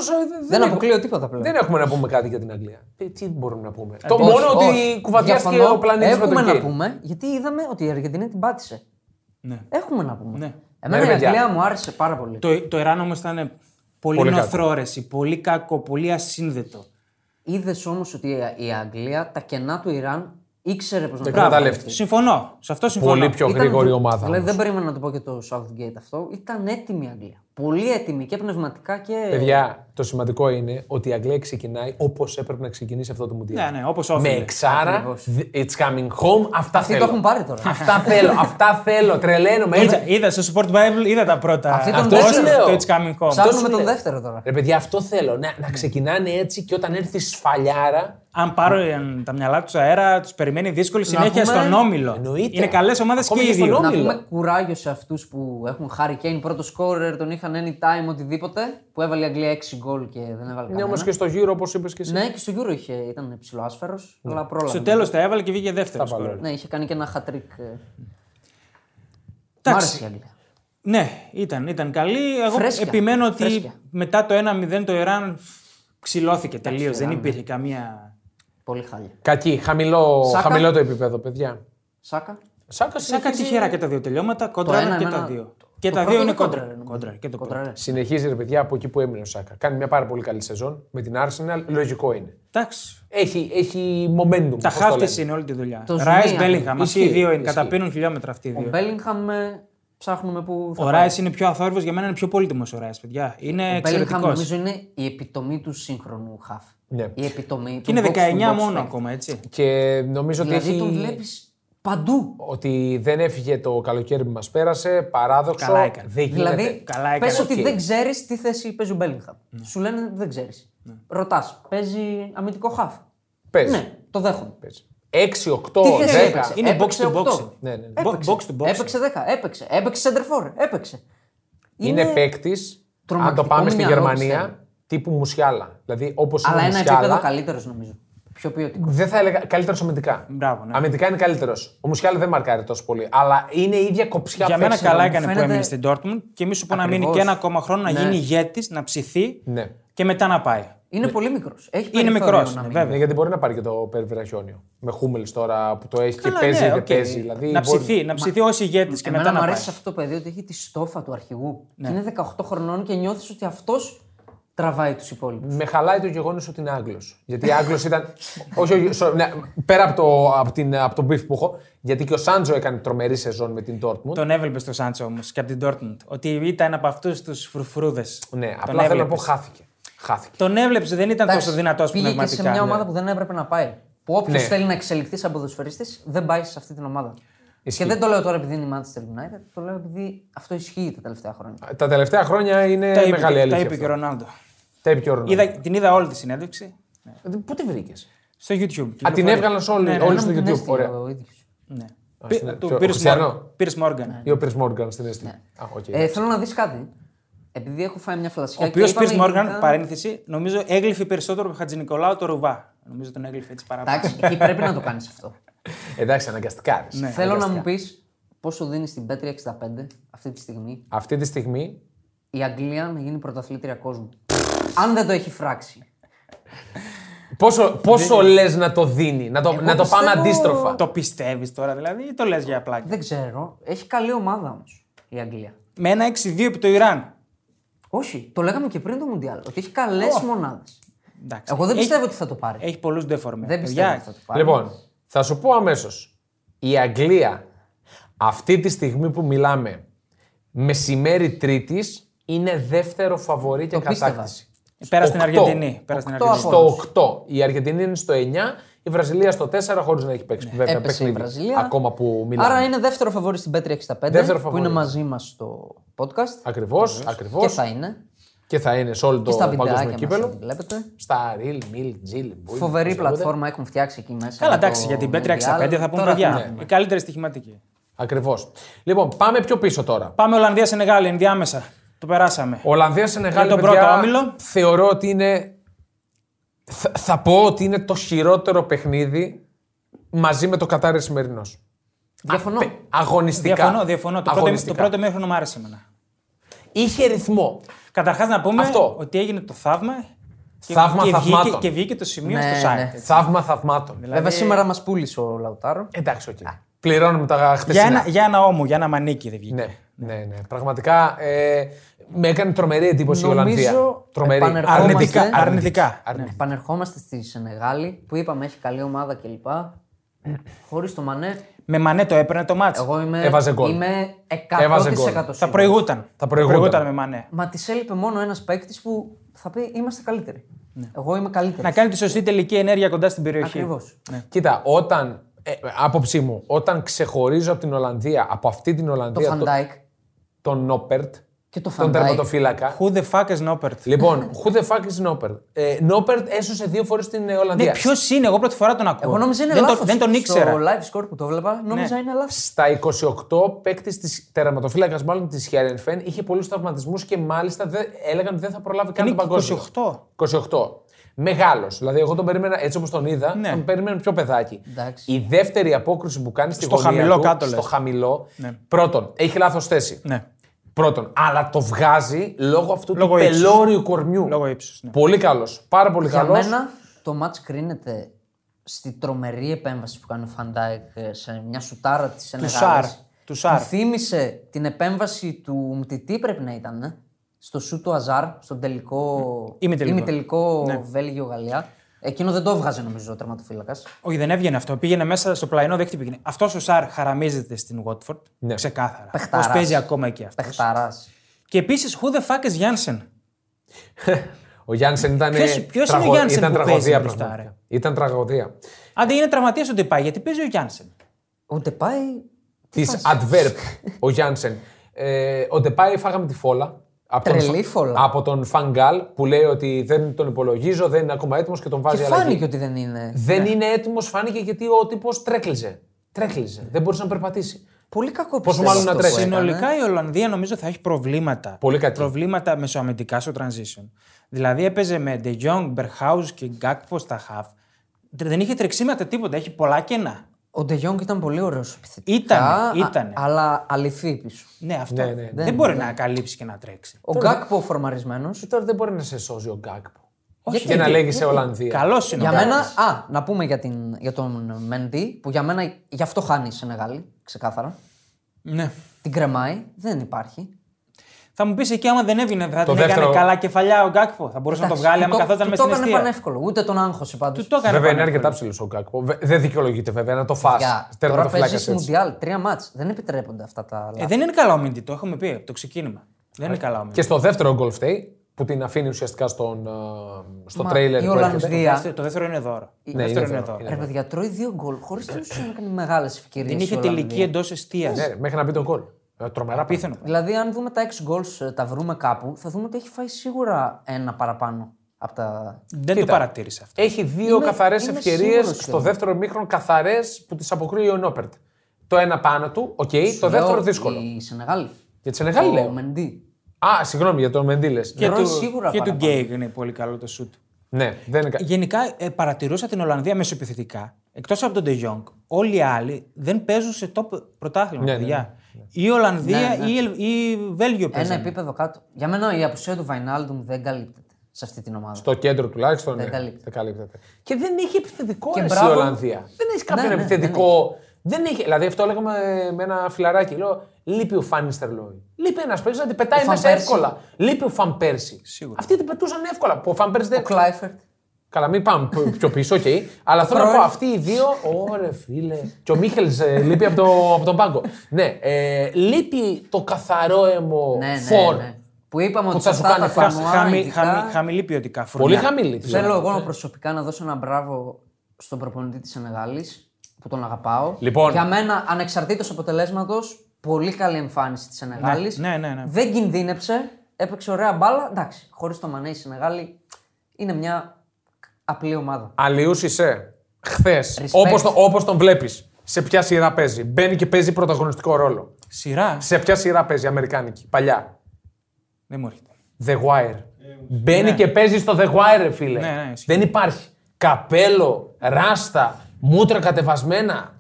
[SPEAKER 2] Δεν αποκλείω τίποτα πλέον.
[SPEAKER 1] Δεν έχουμε να πούμε κάτι για την Αγγλία. Τι, τι μπορούμε να
[SPEAKER 3] Ε,
[SPEAKER 1] πούμε. το
[SPEAKER 2] Όχι,
[SPEAKER 1] μόνο
[SPEAKER 2] όχι.
[SPEAKER 1] ότι κουβατιάστηκε
[SPEAKER 2] Διαφωνώ.
[SPEAKER 1] ο πλανήτης με
[SPEAKER 2] Έχουμε
[SPEAKER 1] τον
[SPEAKER 2] να
[SPEAKER 1] Κέιν.
[SPEAKER 2] πούμε, γιατί είδαμε ότι η Αργεντινή την πάτησε.
[SPEAKER 3] Ναι.
[SPEAKER 2] Έχουμε να πούμε.
[SPEAKER 3] Ναι.
[SPEAKER 2] Εμένα
[SPEAKER 1] Ναι, ρε,
[SPEAKER 2] η
[SPEAKER 1] παιδιά.
[SPEAKER 2] Αγγλία μου άρεσε πάρα πολύ.
[SPEAKER 3] Το, το Ιράν όμως ήταν πολύ,
[SPEAKER 1] Πολύ
[SPEAKER 3] πολύ
[SPEAKER 1] κακό.
[SPEAKER 3] νοθρόρεση, πολύ κακό, πολύ ασύνδετο.
[SPEAKER 2] Είδες όμως ότι η- η Αγγλία τα κενά του Ιράν ήξερε πώς να
[SPEAKER 1] Ναι, Μπράβο.
[SPEAKER 2] τα
[SPEAKER 1] Εκμεταλλεύτηκε.
[SPEAKER 3] Συμφωνώ. Σε αυτό συμφωνώ.
[SPEAKER 1] Πολύ πιο
[SPEAKER 2] Ήταν-
[SPEAKER 1] γρήγορη ομάδα.
[SPEAKER 2] Δηλαδή
[SPEAKER 1] όμως.
[SPEAKER 2] δεν περίμενα να το πω και το Southgate αυτό. Ήταν έτοιμη η Αγγλία. Πολύ έτοιμη και πνευματικά και.
[SPEAKER 1] Παιδιά, το σημαντικό είναι ότι η Αγγλία ξεκινάει όπως έπρεπε να ξεκινήσει αυτό το Μουντιάλ.
[SPEAKER 3] Ναι, ναι, όπως
[SPEAKER 1] Με
[SPEAKER 3] όφιλε.
[SPEAKER 1] εξάρα,
[SPEAKER 2] Ακριβώς.
[SPEAKER 1] it's coming home, αυτά
[SPEAKER 2] Αυτοί
[SPEAKER 1] θέλω.
[SPEAKER 2] το έχουν πάρει τώρα.
[SPEAKER 1] Αυτά θέλω, αυτά θέλω, τρελαίνομαι.
[SPEAKER 3] Είδα, είδα στο Sport Bible, είδα τα πρώτα.
[SPEAKER 2] Αυτοί τον
[SPEAKER 3] Αυτός
[SPEAKER 1] δεύτερο.
[SPEAKER 3] το It's Coming
[SPEAKER 1] Ψάχνω-
[SPEAKER 3] Home.
[SPEAKER 2] Ψάχνουμε
[SPEAKER 1] σου
[SPEAKER 2] τον
[SPEAKER 1] λέω.
[SPEAKER 2] δεύτερο τώρα.
[SPEAKER 1] Ρε παιδιά, αυτό θέλω. Να, να ξεκινάνε έτσι και όταν έρθει σφαλιάρα.
[SPEAKER 3] Αν πάρω αν τα μυαλά τους αέρα, τους περιμένει δύσκολη συνέχεια
[SPEAKER 2] πούμε-
[SPEAKER 3] στον όμιλο.
[SPEAKER 1] Εννοείται.
[SPEAKER 3] Είναι καλές ομάδες
[SPEAKER 1] Ακόμη
[SPEAKER 3] και οι
[SPEAKER 1] και στον
[SPEAKER 3] δύο.
[SPEAKER 2] Να
[SPEAKER 1] όμιλο.
[SPEAKER 2] πούμε κουράγιο σε αυτούς που έχουν Harry Kane πρώτο scorer, τον είχαν anytime, οτιδήποτε. Που έβαλε η Αγγλία 6 γκολ και
[SPEAKER 3] Ναι,
[SPEAKER 2] δεν έβαλε
[SPEAKER 1] Είναι
[SPEAKER 2] κανένα.
[SPEAKER 1] όμως και στο γύρο, όπως είπες και εσύ.
[SPEAKER 2] Ναι, και στο Euro είχε, ήταν ψηλοάσφαιρος, αλλά πρόλαβε.
[SPEAKER 3] Ναι. Στο τέλος τα έβαλε και βγήκε δεύτερο.
[SPEAKER 1] Τα βάλω.
[SPEAKER 2] Ναι, είχε κάνει και ένα χατρίκ. Μ' άρεσε η
[SPEAKER 3] Εντάξει.
[SPEAKER 2] Αγγλία.
[SPEAKER 3] Ναι, ήταν, ήταν καλή. Εγώ
[SPEAKER 2] Φρέσκια.
[SPEAKER 3] επιμένω ότι
[SPEAKER 2] Φρέσκια.
[SPEAKER 3] μετά το 1-0 το Ιράν ξυλώθηκε τελείως. Δεν
[SPEAKER 2] ναι.
[SPEAKER 3] υπήρχε καμία.
[SPEAKER 2] Πολύ χάλια.
[SPEAKER 1] Κακή, χαμηλό,
[SPEAKER 2] Σάκα.
[SPEAKER 1] χαμηλό το επίπεδο, παιδιά.
[SPEAKER 2] Σάκα.
[SPEAKER 1] Σάκα
[SPEAKER 3] Σαν κάτι
[SPEAKER 1] συνεχίζει,
[SPEAKER 3] τυχερά και τα δύο τελειώματα,
[SPEAKER 2] ένα,
[SPEAKER 3] κόντρα και τα
[SPEAKER 2] εμένα-
[SPEAKER 3] δύο.
[SPEAKER 2] το-
[SPEAKER 3] Και
[SPEAKER 2] το
[SPEAKER 3] τα
[SPEAKER 2] πρώτο
[SPEAKER 3] δύο είναι
[SPEAKER 2] είναι κόντρα,
[SPEAKER 3] κόντρα.
[SPEAKER 2] ρε.
[SPEAKER 3] Κόντρα και το
[SPEAKER 2] Κόντρα,
[SPEAKER 3] πρώτο.
[SPEAKER 2] ρε.
[SPEAKER 1] συνεχίζει, ρε παιδιά, από εκεί που έμεινε ο Σάκα. Κάνει μια πάρα πολύ καλή σεζόν με την Arsenal. Λογικό είναι.
[SPEAKER 3] Εντάξει.
[SPEAKER 1] Έχει, έχει momentum.
[SPEAKER 3] Τα
[SPEAKER 1] όπως το λένε.
[SPEAKER 3] χάφτες είναι όλη τη δουλειά.
[SPEAKER 2] Το
[SPEAKER 3] Ράι
[SPEAKER 2] ζουμί,
[SPEAKER 3] Μπέλιγχαμ. Αυτοί οι
[SPEAKER 1] Ισχύει,
[SPEAKER 3] δύο είναι.
[SPEAKER 1] ισχύει.
[SPEAKER 3] Καταπίνουν χιλιόμετρα αυτοί οι
[SPEAKER 2] Ο
[SPEAKER 3] δύο.
[SPEAKER 2] Μπέλιγχαμ ε, ψάχνουμε που θα
[SPEAKER 3] Ο Ράι είναι πιο αθόρυβος, για μένα είναι πιο πολύτιμος ο Ράι, παιδιά. Είναι
[SPEAKER 2] Ο Μπέλιγχαμ
[SPEAKER 3] εξαιρετικός.
[SPEAKER 2] νομίζω είναι η επιτομή του σύγχρονου χαφ.
[SPEAKER 1] Ναι.
[SPEAKER 2] Η επιτομή
[SPEAKER 3] Και είναι 19 μόνο
[SPEAKER 2] ακόμα.
[SPEAKER 3] ακόμα, έτσι.
[SPEAKER 1] Και νομίζω
[SPEAKER 2] Δηλαδή
[SPEAKER 1] ότι, έχει...
[SPEAKER 2] τον βλέπεις παντού.
[SPEAKER 1] ότι δεν έφυγε το καλοκαίρι που μας πέρασε. Παράδοξο.
[SPEAKER 3] Καλά έκανε.
[SPEAKER 1] Δεν γίνεται.
[SPEAKER 2] Δηλαδή,
[SPEAKER 3] Καλά Ναι. έκανε,
[SPEAKER 2] πες ότι
[SPEAKER 1] οκ.
[SPEAKER 2] δεν ξέρεις τι θέση παίζει ο Μπέλιγχαμ. Σου λένε δεν ξέρεις.
[SPEAKER 3] Ναι.
[SPEAKER 2] Ρωτάς, παίζει αμυντικό χαφ.
[SPEAKER 1] Παίζει.
[SPEAKER 2] Ναι, το δέχομαι.
[SPEAKER 1] Παίζει. 6, 8,
[SPEAKER 2] Τι θέση
[SPEAKER 1] 10.
[SPEAKER 2] έπαιξε.
[SPEAKER 3] Είναι box
[SPEAKER 2] Έπαιξε
[SPEAKER 3] to box.
[SPEAKER 2] οκτώ.
[SPEAKER 1] Ναι, ναι, ναι.
[SPEAKER 3] Bo- Box to box.
[SPEAKER 2] Έπαιξε 10, έπαιξε. Έπαιξε center έπαιξε.
[SPEAKER 1] Είναι, παίκτης. Αν
[SPEAKER 2] τρομακτικό
[SPEAKER 1] το πάμε στη
[SPEAKER 2] μυαλό,
[SPEAKER 1] Γερμανία,
[SPEAKER 2] πιστεύω.
[SPEAKER 1] τύπου Μουσιάλα. Δηλαδή, όπως είναι
[SPEAKER 2] Αλλά
[SPEAKER 1] ο
[SPEAKER 2] ένα
[SPEAKER 1] Μουσιάλα,
[SPEAKER 2] επίπεδο καλύτερος νομίζω. Πιο ποιοτικό.
[SPEAKER 1] δεν θα έλεγα καλύτερος αμυντικά.
[SPEAKER 3] Μπράβο, ναι.
[SPEAKER 1] Αμυντικά είναι καλύτερος. Ο Μουσιάλα δεν μαρκάρει τόσο πολύ. Αλλά είναι η ίδια κοψιά
[SPEAKER 3] Για
[SPEAKER 1] που
[SPEAKER 3] μένα
[SPEAKER 1] έχει.
[SPEAKER 3] καλά
[SPEAKER 2] μου
[SPEAKER 3] έκανε που
[SPEAKER 2] φαίνεται-
[SPEAKER 3] έμεινε στην Dortmund και μη σου πω να μείνει
[SPEAKER 2] Ακριβώς.
[SPEAKER 3] και ένα ακόμα χρόνο να
[SPEAKER 2] Ναι.
[SPEAKER 3] γίνει ηγέτης, να ψηθεί
[SPEAKER 1] Ναι.
[SPEAKER 3] και μετά να πάει.
[SPEAKER 2] Είναι πολύ μικρός. Έχει
[SPEAKER 3] Ναι. Είναι
[SPEAKER 2] περιθώριο
[SPEAKER 3] μικρός,
[SPEAKER 2] να μείνει.
[SPEAKER 1] Ναι,
[SPEAKER 3] βέβαια.
[SPEAKER 1] γιατί μπορεί να πάρει και το περιβραχιόνιο. Με Χούμελ τώρα που το έχει
[SPEAKER 3] Καλά,
[SPEAKER 1] και παίζει
[SPEAKER 3] ναι,
[SPEAKER 1] δεν
[SPEAKER 3] οκ.
[SPEAKER 1] παίζει. Δηλαδή,
[SPEAKER 3] να
[SPEAKER 1] μπορεί-
[SPEAKER 3] ψηθεί, να ψηθεί ως ηγέτης και μετά
[SPEAKER 2] Εμένα
[SPEAKER 3] να
[SPEAKER 2] μου
[SPEAKER 3] πάει. Ναι.
[SPEAKER 2] αρέσει αυτό το παιδί ότι έχει τη στόφα του αρχηγού. Και είναι 18 χρονών και νιώθεις ότι αυτός τραβάει τους υπόλοιπους.
[SPEAKER 1] Με χαλάει το γεγονός ότι είναι Άγγλος. Γιατί Άγγλος ήταν. όχι, όχι, sorry, ναι, πέρα από το, από την, από τον beef που έχω, γιατί και ο Σάντζο έκανε τρομερή σεζόν με την Dortmund.
[SPEAKER 3] Τον έβλεπε στο Σάντσο όμως και από την Dortmund. Ότι ήταν από αυτούς τους φρουφρούδες.
[SPEAKER 1] Ναι, απλά θέλω να πω χάθηκε. Χάθηκε.
[SPEAKER 3] Τον έβλεπε, δεν ήταν
[SPEAKER 2] Εντάξει,
[SPEAKER 3] τόσο δυνατός
[SPEAKER 2] Πήγε
[SPEAKER 3] πνευματικά. Ναι.
[SPEAKER 2] και σε μια ομάδα που δεν έπρεπε να πάει. Που όποιος
[SPEAKER 1] Ναι.
[SPEAKER 2] θέλει να εξελιχθεί σαν ποδοσφαιριστής δεν πάει σε αυτή την ομάδα.
[SPEAKER 1] Ισχύει.
[SPEAKER 2] Και δεν το λέω τώρα επειδή είναι η Manchester United, το λέω επειδή αυτό ισχύει τα τελευταία χρόνια.
[SPEAKER 1] Τα τελευταία χρόνια είναι
[SPEAKER 3] Τα είπε-
[SPEAKER 1] μεγάλη
[SPEAKER 3] Τα
[SPEAKER 1] αλήθεια.
[SPEAKER 3] είπε και ο
[SPEAKER 1] αυτό.
[SPEAKER 3] Ρονάλντο.
[SPEAKER 1] Τα είπε και ο Ρονάλντο.
[SPEAKER 3] Είδα, την είδα όλη τη συνέντευξη
[SPEAKER 1] Ε, Πού τη βρήκες.
[SPEAKER 3] στο YouTube.
[SPEAKER 1] Α, την
[SPEAKER 3] Κυκλοφορεί.
[SPEAKER 1] έβγαλαν σε όλοι,
[SPEAKER 3] Ναι, ναι,
[SPEAKER 1] όλοι
[SPEAKER 2] Εμένα
[SPEAKER 1] στο
[SPEAKER 2] μου την
[SPEAKER 1] YouTube.
[SPEAKER 2] έστειλε
[SPEAKER 1] Ωραία.
[SPEAKER 2] ο ίδιος.
[SPEAKER 3] Ναι.
[SPEAKER 1] στην-
[SPEAKER 3] Πι-
[SPEAKER 1] ποιο-
[SPEAKER 3] Του
[SPEAKER 1] ο Χριστιανό.
[SPEAKER 3] Πίρ Μόργαν.
[SPEAKER 1] Ή ο Πίρ Μόργαν στην αίσθηση. Α, οκ.
[SPEAKER 2] Ε, θέλω να δεις κάτι. Επειδή έχω φάει μια φλασιά.
[SPEAKER 3] Ο οποίο Πίρ Μόργαν,
[SPEAKER 2] Μόργαν
[SPEAKER 3] παρένθεση, νομίζω έγλυφε περισσότερο από Χατζη Νικολάου το Ρουβά. Νομίζω τον έγλυφε έτσι παραπάνω.
[SPEAKER 2] Εντάξει, εκεί πρέπει να το κάνεις αυτό.
[SPEAKER 1] Εντάξει, αναγκαστικά. ρε.
[SPEAKER 3] Ναι.
[SPEAKER 2] θέλω να μου πεις πόσο δίνεις στην Πέτρια 65 αυτή τη στιγμή
[SPEAKER 1] Αυτή τη στιγμή
[SPEAKER 2] η Αγγλία να γίνει πρωταθλήτρια κόσμου. Αν δεν το έχει φράξει.
[SPEAKER 1] Πόσο, πόσο λες να το δίνει, να το, να το πάμε
[SPEAKER 2] πιστεύω-
[SPEAKER 1] αντίστροφα.
[SPEAKER 3] Το πιστεύεις τώρα δηλαδή ή το λες για πλάκα.
[SPEAKER 2] Δεν ξέρω. Έχει καλή ομάδα όμως η Αγγλία.
[SPEAKER 3] Με ένα 6-2 επί το Ιράν.
[SPEAKER 2] Όχι, το λέγαμε και πριν το Μουντιάλ. Ότι έχει καλές μονάδες.
[SPEAKER 3] Εντάξει.
[SPEAKER 2] Εγώ δεν
[SPEAKER 3] Έχει-
[SPEAKER 2] πιστεύω ότι θα το πάρει.
[SPEAKER 3] Έχει πολλούς ντεφορμέ.
[SPEAKER 2] δεν πιστεύω ότι θα το πάρει.
[SPEAKER 1] Ε, Λοιπόν, θα σου πω αμέσως. Η Αγγλία αυτή τη στιγμή που μιλάμε μεσημέρι Τρίτης είναι δεύτερο φαβορή για
[SPEAKER 2] πίστευα.
[SPEAKER 1] κατάκτηση.
[SPEAKER 3] ε, Πέρα στην
[SPEAKER 1] Οκτώ.
[SPEAKER 3] Αργεντινή. Πέρα στην
[SPEAKER 2] Οκτώ
[SPEAKER 3] Αργεντινή.
[SPEAKER 2] αγώνες.
[SPEAKER 1] Στο 8. Η Αργεντινή είναι στο 9. Η Βραζιλία στο 4 χωρίς να έχει παίξει βέβαια
[SPEAKER 2] Ναι, Έπεσε η
[SPEAKER 1] παιχνίδι.
[SPEAKER 2] Βραζιλία.
[SPEAKER 1] Ακόμα που μιλάμε.
[SPEAKER 2] Άρα είναι δεύτερο φαβόρι στην Πέτρια 65
[SPEAKER 1] Δεύτερο
[SPEAKER 2] που
[SPEAKER 1] φαβόρι.
[SPEAKER 2] είναι μαζί μας στο podcast.
[SPEAKER 1] Ακριβώς, ακριβώς.
[SPEAKER 2] Και θα είναι.
[SPEAKER 1] Και θα είναι σε όλο
[SPEAKER 2] και
[SPEAKER 1] το
[SPEAKER 2] στα
[SPEAKER 1] παγκόσμιο
[SPEAKER 2] βιντεάκια μας,
[SPEAKER 1] κύπελο.
[SPEAKER 2] ό,τι βλέπετε.
[SPEAKER 1] Στα Real, Mill, Jill, Bull,
[SPEAKER 2] Φοβερή
[SPEAKER 1] όπως λέγονται.
[SPEAKER 2] πλατφόρμα έχουν φτιάξει εκεί μέσα.
[SPEAKER 3] Καλά,
[SPEAKER 2] με το
[SPEAKER 3] εντάξει, για την Πέτρια
[SPEAKER 2] Mundial.
[SPEAKER 3] 65 θα πούμε
[SPEAKER 2] Τώρα ναι, τι να
[SPEAKER 3] παιδιά.
[SPEAKER 2] πούμε.
[SPEAKER 3] Η
[SPEAKER 1] Δηλαδή-
[SPEAKER 3] καλύτερη στοιχηματική.
[SPEAKER 1] Ακριβώς. Λοιπόν, πάμε πιο πίσω τώρα.
[SPEAKER 3] Πάμε Ολλανδία-Σενεγάλη ενδιάμεσα. Το περάσαμε.
[SPEAKER 1] Ολλανδία σε μεγάλη
[SPEAKER 3] τον πρώτο όμιλο.
[SPEAKER 1] Θεωρώ ότι είναι. Θα, θα πω ότι είναι το χειρότερο παιχνίδι μαζί με το Κατάρι σημερινός.
[SPEAKER 2] Διαφωνώ.
[SPEAKER 1] Αγωνιστικά.
[SPEAKER 3] Διαφωνώ, διαφωνώ. Το πρώτο,
[SPEAKER 1] Αγωνιστικά.
[SPEAKER 3] το πρώτο μέχρονο μου άρεσε εμένα.
[SPEAKER 1] Είχε ρυθμό.
[SPEAKER 3] Καταρχάς να πούμε
[SPEAKER 1] Αυτό.
[SPEAKER 3] ότι έγινε το θαύμα. και-
[SPEAKER 1] Θαύμα
[SPEAKER 3] και, βγήκε,
[SPEAKER 1] θαυμάτων.
[SPEAKER 3] και βγήκε το σημείο
[SPEAKER 2] Ναι,
[SPEAKER 3] στο site.
[SPEAKER 2] ναι.
[SPEAKER 3] έτσι. Δηλαδή-
[SPEAKER 1] Θαύμα θαυμάτων.
[SPEAKER 2] Βέβαια σήμερα μας πούλησε ο Λαουτάρο.
[SPEAKER 1] Εντάξει, οκ. Πληρώνουμε τα χτεσινά.
[SPEAKER 3] Για ένα, για ένα όμο, για ένα μανίκι δεν βγήκε.
[SPEAKER 1] Ναι, ναι, ναι. Πραγματικά ε, με έκανε τρομερή εντύπωση η
[SPEAKER 2] Νομίζω
[SPEAKER 1] Ολλανδία. Τρομερή.
[SPEAKER 2] επανερχόμαστε-
[SPEAKER 3] Αρνητικά,
[SPEAKER 2] Ερχόμαστε-
[SPEAKER 3] αρνητικά.
[SPEAKER 1] Αρνητικά.
[SPEAKER 2] Επανερχόμαστε στη Σενεγάλη που είπαμε έχει καλή ομάδα κλπ.
[SPEAKER 1] Ε.
[SPEAKER 2] Χωρίς το Μανέ,
[SPEAKER 3] Με μανέ το έπαιρνε το μάτσο.
[SPEAKER 2] εγώ είμαι,
[SPEAKER 1] Έβαζε γκολ.
[SPEAKER 2] είμαι 100%
[SPEAKER 1] Έβαζε γκολ.
[SPEAKER 3] Θα
[SPEAKER 2] σίγουρος.
[SPEAKER 3] προηγούταν.
[SPEAKER 1] Θα προηγούταν.
[SPEAKER 3] με μανέ.
[SPEAKER 2] Μα της έλειπε μόνο ένας παίκτης που θα πει είμαστε καλύτεροι. Εγώ είμαι
[SPEAKER 3] Ναι. Να
[SPEAKER 2] καλύτερο.
[SPEAKER 3] κάνει τη σωστή τελική ενέργεια κοντά στην περιοχή.
[SPEAKER 2] Ακριβώς.
[SPEAKER 1] Κοίτα, όταν. Ε, άποψή μου, όταν ξεχωρίζω από την Ολλανδία, από αυτή την
[SPEAKER 2] Το
[SPEAKER 1] Ολλανδία, το-
[SPEAKER 2] Φαντάικ
[SPEAKER 1] τον Νόπερτ,
[SPEAKER 2] και το
[SPEAKER 1] τον
[SPEAKER 2] Φαντάικ.
[SPEAKER 1] τερματοφύλακα.
[SPEAKER 3] Who the fuck is Noppert.
[SPEAKER 1] λοιπόν, who the fuck is Νόπερτ. Ε, Νόπερτ έσωσε δύο φορές την ε, Ολλανδία.
[SPEAKER 3] Ναι, ποιος είναι, εγώ πρώτη φορά τον ακούω.
[SPEAKER 2] Εγώ νόμιζα είναι
[SPEAKER 3] δεν,
[SPEAKER 2] λάθος.
[SPEAKER 3] τον, δεν τον ήξερα. Ναι.
[SPEAKER 2] Στο live score που το βλέπα, νόμιζα είναι λάθος.
[SPEAKER 1] Στα 28, παίκτης της τερματοφύλακας, μάλλον της Χέρενφεν, είχε πολλούς τραυματισμούς και μάλιστα δεν, έλεγαν ότι δεν θα προλάβει καν
[SPEAKER 3] Είναι
[SPEAKER 1] τον παγκόσμιο.
[SPEAKER 3] 28.
[SPEAKER 1] 28. Μεγάλος. Δηλαδή, εγώ τον περίμενα έτσι όπως τον είδα,
[SPEAKER 3] Ναι.
[SPEAKER 1] τον περίμενα πιο παιδάκι.
[SPEAKER 2] Εντάξει.
[SPEAKER 1] Η δεύτερη απόκριση που κάνει στη
[SPEAKER 3] Στο
[SPEAKER 1] γωνία
[SPEAKER 3] χαμηλό
[SPEAKER 1] του,
[SPEAKER 3] κάτω,
[SPEAKER 1] στο
[SPEAKER 3] λες.
[SPEAKER 1] χαμηλό.
[SPEAKER 3] Ναι.
[SPEAKER 1] Πρώτον, έχει λάθος θέση.
[SPEAKER 3] Ναι,
[SPEAKER 1] Πρώτον, αλλά το βγάζει λόγω αυτού
[SPEAKER 3] Λόγω
[SPEAKER 1] του
[SPEAKER 3] ύψους.
[SPEAKER 1] πελώριου κορμιού.
[SPEAKER 3] λόγω ύψους. Ναι.
[SPEAKER 1] Πολύ καλός. Πάρα πολύ
[SPEAKER 2] Για
[SPEAKER 1] καλός.
[SPEAKER 2] μένα το match κρίνεται στη τρομερή επέμβαση που κάνει ο Φαντάικ σε μια σουτάρα της
[SPEAKER 3] Σάρ.
[SPEAKER 2] Ενεγάλη.
[SPEAKER 3] Του Σάρ.
[SPEAKER 2] θύμισε την επέμβαση του Μτιτή πρέπει να ήταν. ε, Στο σου του Αζάρ, στον τελικό.
[SPEAKER 3] Ημιτελικό. Ναι.
[SPEAKER 2] Βέλγιο-Γαλλία. Εκείνο δεν το έβγαζε νομίζω ο τερματοφύλακας.
[SPEAKER 3] Όχι, δεν έβγαινε αυτό. Πήγαινε μέσα στο πλαϊνό, δεν χτύπηκε. Αυτός ο Σάρ χαραμίζεται στην Watford.
[SPEAKER 1] Ναι.
[SPEAKER 3] Ξεκάθαρα.
[SPEAKER 2] Παιχταράς.
[SPEAKER 3] Πώς παίζει ακόμα εκεί αυτός.
[SPEAKER 2] Πεχταρά.
[SPEAKER 3] Και επίσης, who the fuck is Janssen.
[SPEAKER 1] Ο Γιάννη ήταν.
[SPEAKER 3] Ποιος- ποιος είναι ο Jansen
[SPEAKER 1] ήταν
[SPEAKER 3] που
[SPEAKER 1] τραγωδία
[SPEAKER 3] παίζει μπροστά,
[SPEAKER 1] πραγματικά.
[SPEAKER 3] ρε?
[SPEAKER 1] Ήταν τραγωδία.
[SPEAKER 3] Άντε είναι τραυματίας ο Ντεπάη, γιατί παίζει ο Γιάνσεν.
[SPEAKER 2] Ούτε πάει.
[SPEAKER 1] Τη adverb ο Γιάννη. Ε, ο Ντεπάη φάγαμε τη φόλα. Από
[SPEAKER 2] Τρελή φόλα.
[SPEAKER 1] από τον Φαγκάλ που λέει ότι δεν τον υπολογίζω, δεν είναι ακόμα έτοιμος και τον
[SPEAKER 2] Και
[SPEAKER 1] βάζει αλλαγή.
[SPEAKER 2] φάνηκε ότι δεν είναι.
[SPEAKER 1] Δεν είναι έτοιμος, φάνηκε γιατί ο τύπος τρέκλιζε. Τρέκλιζε. Δεν μπορούσε να περπατήσει.
[SPEAKER 2] Πολύ κακό
[SPEAKER 1] Πόσο
[SPEAKER 2] πιστεύω
[SPEAKER 1] μάλλον
[SPEAKER 2] αυτό
[SPEAKER 1] να
[SPEAKER 2] που
[SPEAKER 1] τρέχει.
[SPEAKER 2] έκανε.
[SPEAKER 3] Συνολικά η Ολλανδία νομίζω θα έχει προβλήματα.
[SPEAKER 1] Πολύ κακή.
[SPEAKER 3] Προβλήματα μεσοαμυντικά στο transition. Δηλαδή έπαιζε με De Jong, Berghaus και Γκάκπο στα half. Δεν είχε τρεξίματα τίποτα, έχει πολλά κενά.
[SPEAKER 2] Ο Ντε Γιόνγκ ήταν πολύ ωραίος επιθετικά.
[SPEAKER 3] Ήτανε,
[SPEAKER 2] α-
[SPEAKER 3] ήτανε.
[SPEAKER 2] Αλλά αληθή πίσω.
[SPEAKER 3] Ναι, αυτό.
[SPEAKER 1] Ναι, ναι, ναι.
[SPEAKER 3] δεν μπορεί να καλύψει και να τρέξει.
[SPEAKER 2] Ο Γκάκπο φορμαρισμένος.
[SPEAKER 1] Τώρα δεν μπορεί να σε σώζει ο Γκάκπο.
[SPEAKER 3] Όχι,
[SPEAKER 1] Και να
[SPEAKER 3] γιατί-
[SPEAKER 1] λέγει σε Ολλανδία.
[SPEAKER 3] Καλός είναι.
[SPEAKER 2] Για
[SPEAKER 3] ο
[SPEAKER 2] μένα,
[SPEAKER 3] Γκάκπος.
[SPEAKER 2] α, να πούμε για, την, για τον Μέντι, που για μένα γι' αυτό χάνει η Σενεγάλη, ξεκάθαρα.
[SPEAKER 3] Ναι.
[SPEAKER 2] Την κρεμάει, δεν υπάρχει.
[SPEAKER 3] Θα μου πεις εκεί, άμα δεν έβγαινε,
[SPEAKER 1] Το
[SPEAKER 3] θα την
[SPEAKER 1] δεύτερο-
[SPEAKER 3] έκανε καλά κεφαλιά ο Γκάκπο. Θα μπορούσε να το βγάλει, άμα καθόταν με
[SPEAKER 2] Το
[SPEAKER 3] στην
[SPEAKER 2] έκανε
[SPEAKER 3] αιστεία.
[SPEAKER 2] πανεύκολο. Ούτε τον άγχωσε πάντως.
[SPEAKER 3] Του το έκανε.
[SPEAKER 1] Βέβαια είναι
[SPEAKER 3] πανεύκολο.
[SPEAKER 1] αρκετά ψηλός ο Γκάκπο. Βε- Δεν δικαιολογείται βέβαια να το φά.
[SPEAKER 2] Τώρα
[SPEAKER 1] Τερματοφυλάκα
[SPEAKER 2] παίζεις
[SPEAKER 1] έτσι.
[SPEAKER 2] Μουντιάλ. Τρία μάτ. Δεν επιτρέπονται αυτά τα λάθη.
[SPEAKER 3] Ε, δεν είναι καλά ο Μίντι, το έχουμε πει από το ξεκίνημα. Δεν είναι καλά ο
[SPEAKER 1] Και
[SPEAKER 3] Μίντι.
[SPEAKER 1] στο δεύτερο γκολ φταίει που την αφήνει ουσιαστικά στον, ε, στο
[SPEAKER 2] Μα,
[SPEAKER 1] τρέιλερ
[SPEAKER 2] η
[SPEAKER 1] που έρχεται.
[SPEAKER 2] Ολλανδία-
[SPEAKER 3] Το δεύτερο είναι δώρο. Το
[SPEAKER 1] Ναι,
[SPEAKER 3] δεύτερο
[SPEAKER 1] είναι
[SPEAKER 3] είναι
[SPEAKER 1] δώρο,
[SPEAKER 3] δώρο.
[SPEAKER 1] είναι.
[SPEAKER 2] Ρε παιδιά, τρώει δύο γκολ χωρίς να κάνει μεγάλες ευκαιρίε.
[SPEAKER 3] Δεν είχε τελική εντός αιστείας.
[SPEAKER 1] Ναι, ρε, μέχρι να μπει τον γκολ. Ε, Τρομερά πίθανο.
[SPEAKER 3] Απίθανο.
[SPEAKER 2] Δηλαδή, αν δούμε τα 6 goals, τα βρούμε κάπου, θα δούμε ότι έχει φάει σίγουρα ένα παραπάνω από τα.
[SPEAKER 3] Δεν το παρατήρησα αυτό.
[SPEAKER 1] Έχει δύο
[SPEAKER 2] Είμαι-
[SPEAKER 1] καθαρές
[SPEAKER 2] είμαι
[SPEAKER 1] ευκαιρίες
[SPEAKER 2] σίγουρος
[SPEAKER 1] στο
[SPEAKER 2] κιόλας.
[SPEAKER 1] δεύτερο μήχρονο καθαρές που τις αποκρούει ο Νόπερτ. Το ένα πάνω του, οκ, το δεύτερο
[SPEAKER 2] Λέω,
[SPEAKER 1] δύσκολο.
[SPEAKER 2] Η Σενεγάλη.
[SPEAKER 1] Για τη Σενεγάλη
[SPEAKER 2] Ο
[SPEAKER 1] λέω.
[SPEAKER 2] Μεντί.
[SPEAKER 1] Α, συγγνώμη για το Μεντί λες.
[SPEAKER 3] Και
[SPEAKER 2] Τρώει
[SPEAKER 3] του,
[SPEAKER 2] σίγουρα
[SPEAKER 3] και του
[SPEAKER 2] παραπάνω.
[SPEAKER 3] Γκέιγ είναι πολύ καλό το σουτ.
[SPEAKER 1] Ναι, δεν είναι κα-
[SPEAKER 3] Γενικά ε, παρατηρούσα την Ολλανδία μεσοεπιθετικά. Εκτός από τον De Jong, όλοι οι άλλοι δεν παίζουν σε top πρωτάθλημα.
[SPEAKER 1] Ναι, ναι,
[SPEAKER 3] παιδιά. Η Ολλανδία ή η Ελ- ή η Βέλγιο
[SPEAKER 2] Ένα
[SPEAKER 3] παίζουν.
[SPEAKER 2] επίπεδο κάτω. Για μένα η απουσία του Βαϊνάλντουμ δεν καλύπτεται σε αυτή την ομάδα.
[SPEAKER 1] Στο κέντρο τουλάχιστον.
[SPEAKER 2] Δεν
[SPEAKER 1] ναι,
[SPEAKER 2] καλύπτεται.
[SPEAKER 1] δεν καλύπτεται. Και δεν έχει επιθετικό
[SPEAKER 2] Και
[SPEAKER 1] ρε,
[SPEAKER 2] μπράβο.
[SPEAKER 1] η Ολλανδία. Δεν έχει κάποιον
[SPEAKER 2] Ναι, ναι,
[SPEAKER 1] επιθετικό. δεν έχει. Δηλαδή αυτό λέγαμε με ένα φιλαράκι. Λέω, λείπει ο Φάνιστερ Λόι. Λείπει ένας παίκτη να την πετάει
[SPEAKER 2] Φαν
[SPEAKER 1] μέσα
[SPEAKER 2] Πέρσι.
[SPEAKER 1] εύκολα. Λείπει ο Φαν Πέρσι.
[SPEAKER 3] Σίγουρα.
[SPEAKER 1] Αυτοί την πετούσαν εύκολα. Που ο Φαν Πέρσι δεν.
[SPEAKER 2] Ο Κλάιφερτ.
[SPEAKER 1] Καλά, μην πάμε π- πιο πίσω, οκ. Αλλά θέλω να πω
[SPEAKER 2] Πρώην.
[SPEAKER 1] αυτοί οι δύο. Ωρε φίλε. και ο Μίχελ λείπει από, το, από τον πάγκο. ναι, ε, λείπει το καθαρό αιμό
[SPEAKER 2] Ναι, ναι,
[SPEAKER 1] φόρ.
[SPEAKER 2] ναι. Που είπαμε ότι
[SPEAKER 1] θα
[SPEAKER 2] σε
[SPEAKER 1] σου
[SPEAKER 2] αυτά τα
[SPEAKER 1] κάνει φάση.
[SPEAKER 2] φανουά,
[SPEAKER 3] Χαμη-
[SPEAKER 2] ειδικά,
[SPEAKER 3] χαμη- Χαμηλή ποιοτικά
[SPEAKER 1] Πολύ
[SPEAKER 3] φρουριά.
[SPEAKER 1] χαμηλή.
[SPEAKER 2] Ναι. Θέλω
[SPEAKER 1] ε.
[SPEAKER 2] εγώ προσωπικά να δώσω ένα μπράβο στον προπονητή της Σενεγάλης που τον αγαπάω.
[SPEAKER 1] Λοιπόν.
[SPEAKER 2] Για μένα, ανεξαρτήτως αποτελέσματος, πολύ καλή εμφάνιση της Σενεγάλης.
[SPEAKER 3] Ναι, ναι, ναι.
[SPEAKER 2] Δεν κινδύνεψε, έπαιξε ωραία μπάλα. Εντάξει, χωρίς το Μανέ η Σενεγάλη είναι μια απλή ομάδα.
[SPEAKER 1] Αλλιού είσαι χθες,
[SPEAKER 2] Respect.
[SPEAKER 1] όπως το, όπως τον βλέπεις, σε ποια σειρά παίζει. Μπαίνει και παίζει πρωταγωνιστικό ρόλο.
[SPEAKER 3] Σειρά.
[SPEAKER 1] Σε ποια σειρά παίζει Αμερικάνικη, παλιά.
[SPEAKER 3] Δεν μου έρχεται.
[SPEAKER 1] The Wire. Μπαίνει και παίζει στο The Wire, ρε φίλε.
[SPEAKER 3] Ναι, ναι, ισχύει.
[SPEAKER 1] Δεν υπάρχει. Καπέλο, ράστα, μούτρα κατεβασμένα.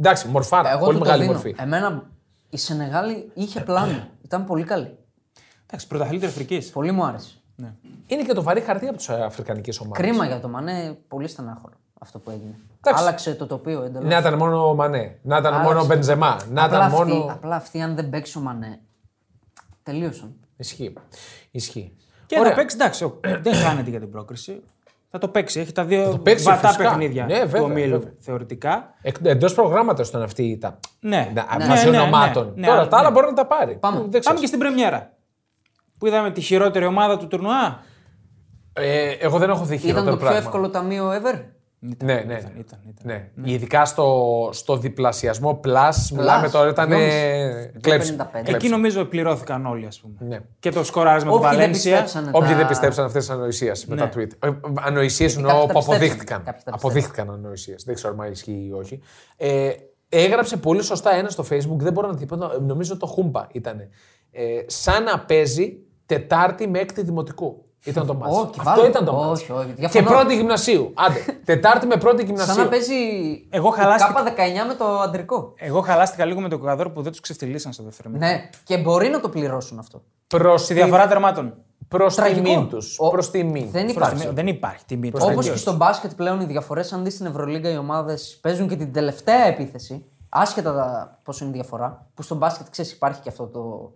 [SPEAKER 1] Εντάξει, μορφάρα.
[SPEAKER 2] Εγώ
[SPEAKER 1] πολύ
[SPEAKER 2] του το
[SPEAKER 1] μεγάλη
[SPEAKER 2] δίνω.
[SPEAKER 1] μορφή.
[SPEAKER 2] Εμένα η Σενεγάλη είχε πλάνο. Ήταν πολύ καλή.
[SPEAKER 3] Εντάξει, πρωταθλήτρια Αφρικής.
[SPEAKER 2] Πολύ μου άρεσε.
[SPEAKER 1] Είναι και το βαρύ χαρτί από τις αφρικανικές ομάδες.
[SPEAKER 2] Κρίμα για το Μανέ, πολύ στενάχωρο αυτό που έγινε.
[SPEAKER 1] Εντάξει.
[SPEAKER 2] Άλλαξε το τοπίο εντελώς.
[SPEAKER 1] Να Ναι, ήταν μόνο ο Μανέ. Να ήταν
[SPEAKER 2] Άλλαξε.
[SPEAKER 1] μόνο ο Μπεντζεμά. Να
[SPEAKER 2] απλά,
[SPEAKER 1] ήταν
[SPEAKER 2] αυτοί,
[SPEAKER 1] μόνο.
[SPEAKER 2] απλά αυτοί, αν δεν παίξει ο Μανέ, τελείωσαν.
[SPEAKER 1] Ισχύει. Ισχύει.
[SPEAKER 3] Και θα παίξει, εντάξει, ο- δεν χάνεται για την πρόκριση. Θα το παίξει. Έχει τα δύο
[SPEAKER 1] παίξει,
[SPEAKER 3] βατά
[SPEAKER 1] φυσικά.
[SPEAKER 3] παιχνίδια
[SPEAKER 1] Ναι, βέβαια,
[SPEAKER 3] του ομίλου
[SPEAKER 1] βέβαια.
[SPEAKER 3] θεωρητικά.
[SPEAKER 1] Εντός προγράμματος ήταν αυτή η ήττα.
[SPEAKER 3] Ναι.
[SPEAKER 1] Ναι,
[SPEAKER 3] Ναι,
[SPEAKER 1] βάσει
[SPEAKER 3] ναι, ναι,
[SPEAKER 1] ονομάτων.
[SPEAKER 3] ναι,
[SPEAKER 1] Τώρα
[SPEAKER 3] ναι.
[SPEAKER 1] τα άλλα μπορεί να τα πάρει.
[SPEAKER 2] Πάμε.
[SPEAKER 1] Δεν ξέρω.
[SPEAKER 3] Πάμε και στην Πρεμιέρα. Που είδαμε τη χειρότερη ομάδα του τουρνουά.
[SPEAKER 1] Ε, εγώ δεν έχω δει
[SPEAKER 2] Ήταν
[SPEAKER 1] χειρότερο
[SPEAKER 2] το πιο
[SPEAKER 1] πράγμα.
[SPEAKER 2] εύκολο ταμείο ever.
[SPEAKER 1] Ναι, ναι.
[SPEAKER 3] Ήταν, ήταν, ήταν.
[SPEAKER 1] ναι. Ειδικά στο, στο διπλασιασμό plus, μιλάμε τώρα, ήταν ε,
[SPEAKER 2] 2,55.
[SPEAKER 1] κλέψη.
[SPEAKER 3] Εκεί νομίζω πληρώθηκαν όλοι, ας πούμε.
[SPEAKER 1] Ναι.
[SPEAKER 3] Και το σκοράρισμα του
[SPEAKER 2] Όποιοι δεν
[SPEAKER 3] Βαλένσια.
[SPEAKER 2] πιστέψανε
[SPEAKER 1] Όποιοι
[SPEAKER 2] τα-
[SPEAKER 1] δεν πιστέψαν αυτές τις ανοησίες με τα tweet. Ε, Ανοησίες εννοώ
[SPEAKER 2] κάποιοι τα
[SPEAKER 1] που
[SPEAKER 2] πιστέψαν.
[SPEAKER 1] αποδείχτηκαν.
[SPEAKER 2] Κάποιοι τα
[SPEAKER 1] Αποδείχτηκαν ανοησίες. Δεν ξέρω αν ισχύει ή όχι. Ε, έγραψε πολύ σωστά ένα στο Facebook, δεν μπορώ να τίποτα. Νομίζω το Χούμπα ήταν. Ε, σαν να παίζει Τετάρτη με έκτη δημοτικού. Ήταν το μάτι.
[SPEAKER 2] Όχι,
[SPEAKER 1] Αυτό
[SPEAKER 2] βάλε.
[SPEAKER 1] ήταν το μάτι.
[SPEAKER 2] Όχι, όχι,
[SPEAKER 1] Και
[SPEAKER 2] διαφωνώ.
[SPEAKER 1] πρώτη γυμνασίου. Άντε. Τετάρτη με πρώτη γυμνασίου.
[SPEAKER 2] Σαν να παίζει
[SPEAKER 3] Εγώ χαλάστηκα.
[SPEAKER 2] Κάπα 19 με το αντρικό.
[SPEAKER 3] Εγώ χαλάστηκα λίγο με τον Κοκαδόρ που δεν τους ξεφτυλίσαν στο δεύτερο μήνα.
[SPEAKER 2] Ναι, και μπορεί να το πληρώσουν αυτό.
[SPEAKER 1] Προς
[SPEAKER 3] Στη
[SPEAKER 1] τη-
[SPEAKER 3] διαφορά τερμάτων.
[SPEAKER 1] προς
[SPEAKER 2] Τραγικό.
[SPEAKER 1] τιμήν τους.
[SPEAKER 2] Ο-
[SPEAKER 1] Προς τιμήν.
[SPEAKER 2] Δεν
[SPEAKER 3] Προς
[SPEAKER 2] υπάρχει.
[SPEAKER 3] τη- Δεν υπάρχει τιμή. του.
[SPEAKER 2] Όπω και στο μπάσκετ πλέον οι διαφορές, αν δεις στην Ευρωλίγκα οι ομάδες παίζουν και την τελευταία επίθεση, άσχετα τα- πόσο είναι η διαφορά, που στο μπάσκετ ξέρεις υπάρχει και αυτό το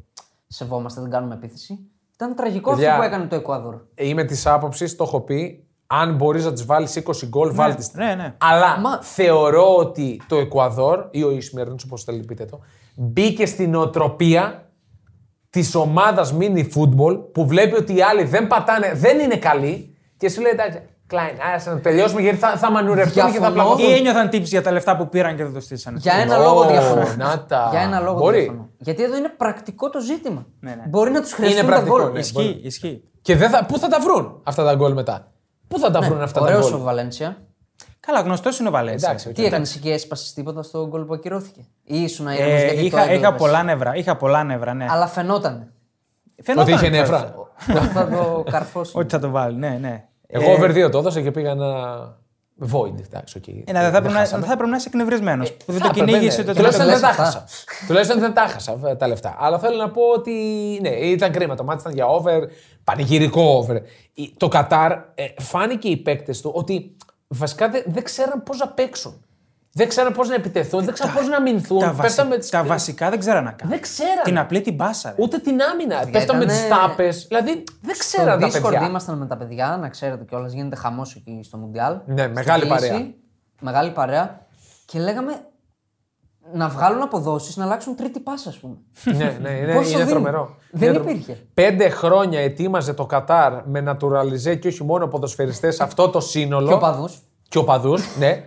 [SPEAKER 2] σεβόμαστε, δεν κάνουμε επίθεση. Ήταν τραγικό
[SPEAKER 1] Παιδιά.
[SPEAKER 2] αυτό που έκανε το Εκουαδόρ.
[SPEAKER 1] Είμαι της άποψης, το έχω πει. Αν μπορείς να της βάλεις 20 γκολ, βάλ' τις.
[SPEAKER 3] ναι, ναι.
[SPEAKER 1] Αλλά
[SPEAKER 2] Μα-
[SPEAKER 1] θεωρώ ότι το Εκουαδόρ ή ο Ισημερινός, όπως θέλει πείτε το, μπήκε στην οτροπία της ομάδας mini football που βλέπει ότι οι άλλοι δεν πατάνε, δεν είναι καλοί και σου λέει εντάξει, Κλάιν, άσε να τελειώσουμε γιατί θα, θα μανουρευτούμε και θα
[SPEAKER 2] Διαφωνώ.
[SPEAKER 1] πλαγωθούν.
[SPEAKER 3] Ή ένιωθαν τύψη για τα λεφτά που πήραν και δεν το στήσανε.
[SPEAKER 2] Για ένα
[SPEAKER 1] Ω,
[SPEAKER 2] λόγο διαφωνώ.
[SPEAKER 1] να τα.
[SPEAKER 2] Για ένα λόγο
[SPEAKER 1] Μπορεί.
[SPEAKER 2] διαφωνώ. Γιατί εδώ είναι πρακτικό το ζήτημα.
[SPEAKER 3] Ναι, ναι.
[SPEAKER 2] Μπορεί να τους χρειαστούν τα
[SPEAKER 1] πρακτικό,
[SPEAKER 2] γκολ.
[SPEAKER 1] ναι.
[SPEAKER 3] Ισχύει, ισχύει.
[SPEAKER 1] Και δεν θα, πού θα τα βρουν αυτά τα γκολ μετά. Πού
[SPEAKER 3] Ναι,
[SPEAKER 1] θα τα βρουν αυτά τα
[SPEAKER 2] Ωραίος
[SPEAKER 1] γκολ.
[SPEAKER 2] ο Βαλένσια.
[SPEAKER 3] Καλά, γνωστός είναι ο Βαλένσια.
[SPEAKER 1] Εντάξει, οκ.
[SPEAKER 2] Τι έκανε εκεί, έσπασε τίποτα στο γκολ που ακυρώθηκε. Ή ήσουν αέρα.
[SPEAKER 3] Ε, είχα, είχα πολλά νευρά, είχα πολλά νευρά, ναι.
[SPEAKER 2] Αλλά φαινόταν.
[SPEAKER 1] Ότι
[SPEAKER 3] Φαινόταν
[SPEAKER 1] είχε
[SPEAKER 3] κιόλας
[SPEAKER 1] νεύρα.
[SPEAKER 2] θα το καρφώσει.
[SPEAKER 3] Ότι θα το βάλει, ναι, ναι.
[SPEAKER 1] Εγώ over 2 το έδωσα και πήγα ένα void. Εντάξει, okay.
[SPEAKER 3] Ε, να- θα, έπρεπε να, θα έπρεπε να είσαι εκνευρισμένος. που δεν το
[SPEAKER 1] έπρεπε,
[SPEAKER 3] κυνήγησε
[SPEAKER 1] ναι.
[SPEAKER 3] ούτε το
[SPEAKER 1] Τουλάχιστον
[SPEAKER 3] τελευταίο.
[SPEAKER 1] δεν τα
[SPEAKER 2] Λες
[SPEAKER 1] χάσα. Τουλάχιστον δεν τα χάσα ε, τα λεφτά. Αλλά θέλω να πω ότι ναι, ήταν κρίμα. Το μάτι ήταν για over, πανηγυρικό over. Η- Το Κατάρ ε, φάνηκε οι παίκτες του ότι βασικά δεν, δεν ξέραν πώς να παίξουν. Δεν ξέρω πώς να επιτεθούν, δεν ξέρω πώς να μηνθούν.
[SPEAKER 3] Τα, βασι-
[SPEAKER 1] Πέφταμε τις-
[SPEAKER 3] τα βασικά δεν ξέρανε να κάνουν.
[SPEAKER 1] Δεν ξέρανε.
[SPEAKER 3] Την απλή την πάσα. ρε.
[SPEAKER 1] Ούτε την άμυνα. Πέφταμε
[SPEAKER 2] ήτανε-
[SPEAKER 1] τις τάπες. Δηλαδή δεν
[SPEAKER 2] Στο
[SPEAKER 1] ξέρανε τα
[SPEAKER 2] Discord
[SPEAKER 1] παιδιά.
[SPEAKER 2] ήμασταν με τα παιδιά, να ξέρετε κιόλας. Γίνεται χαμός εκεί στο Μουντιάλ.
[SPEAKER 1] Ναι,
[SPEAKER 2] Στη
[SPEAKER 1] μεγάλη
[SPEAKER 2] κλίση,
[SPEAKER 1] παρέα.
[SPEAKER 2] Μεγάλη παρέα. Και λέγαμε να βγάλουν αποδόσεις, να αλλάξουν τρίτη πάσα, ας πούμε.
[SPEAKER 1] ναι, ναι, είναι,
[SPEAKER 2] Πόσο
[SPEAKER 1] είναι
[SPEAKER 2] δίνει.
[SPEAKER 1] τρομερό.
[SPEAKER 2] Δεν
[SPEAKER 1] Είναι τρο-
[SPEAKER 2] υπήρχε.
[SPEAKER 1] Πέντε χρόνια ετοίμαζε το Κατάρ με νατουραλιζέ και όχι μόνο ποδοσφαιριστές αυτό το σύνολο.
[SPEAKER 2] Και ο παδούς.
[SPEAKER 1] Και οπαδούς, ναι.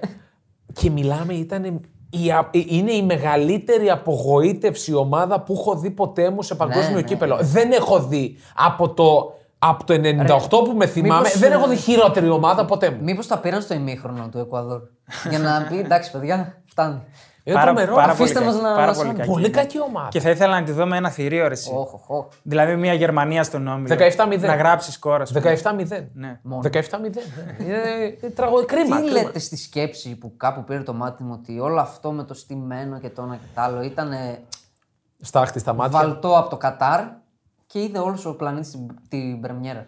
[SPEAKER 1] και μιλάμε, ήταν. Η, α- ε, είναι η μεγαλύτερη απογοήτευση ομάδα που έχω δει ποτέ μου σε παγκόσμιο
[SPEAKER 2] ναι.
[SPEAKER 1] κύπελο. Δεν έχω δει από το, από το 98 που με θυμάμαι,
[SPEAKER 2] μήπως,
[SPEAKER 1] δεν
[SPEAKER 2] ε,
[SPEAKER 1] έχω δει χειρότερη ομάδα ποτέ μου.
[SPEAKER 2] Μήπως τα πήραν στο ημίχρονο του Εκουαδόρ. για να πει εντάξει, παιδιά, φτάνει.
[SPEAKER 1] Είναι Ε, τρομερό.
[SPEAKER 3] πολύ
[SPEAKER 1] Αφήστε
[SPEAKER 2] Αφήστε
[SPEAKER 3] κακή,
[SPEAKER 2] μας να-
[SPEAKER 3] πάρα
[SPEAKER 2] να
[SPEAKER 3] πολύ
[SPEAKER 2] σαν-
[SPEAKER 3] κακή.
[SPEAKER 1] Πολύ κακή ομάδα.
[SPEAKER 3] Και θα ήθελα να τη δω με ένα θηρίο ρε, εσύ.
[SPEAKER 2] Όχ, οχ, οχ.
[SPEAKER 3] Δηλαδή μια Γερμανία στον όμιλο.
[SPEAKER 1] 17-0.
[SPEAKER 3] Να γράψεις κόρα.
[SPEAKER 1] 17-0.
[SPEAKER 3] Ναι.
[SPEAKER 2] Μόνο.
[SPEAKER 1] 17-0. είναι είναι τραγω... κρίμα.
[SPEAKER 2] Τι
[SPEAKER 1] κρίμα.
[SPEAKER 2] λέτε στη σκέψη που κάπου πήρε το μάτι μου ότι όλο αυτό με το στημένο και το ένα και το άλλο ήταν
[SPEAKER 1] Στάχτη στα μάτια.
[SPEAKER 2] βαλτό από το Κατάρ και είδε όλος ο πλανήτης την, την πρεμιέρα.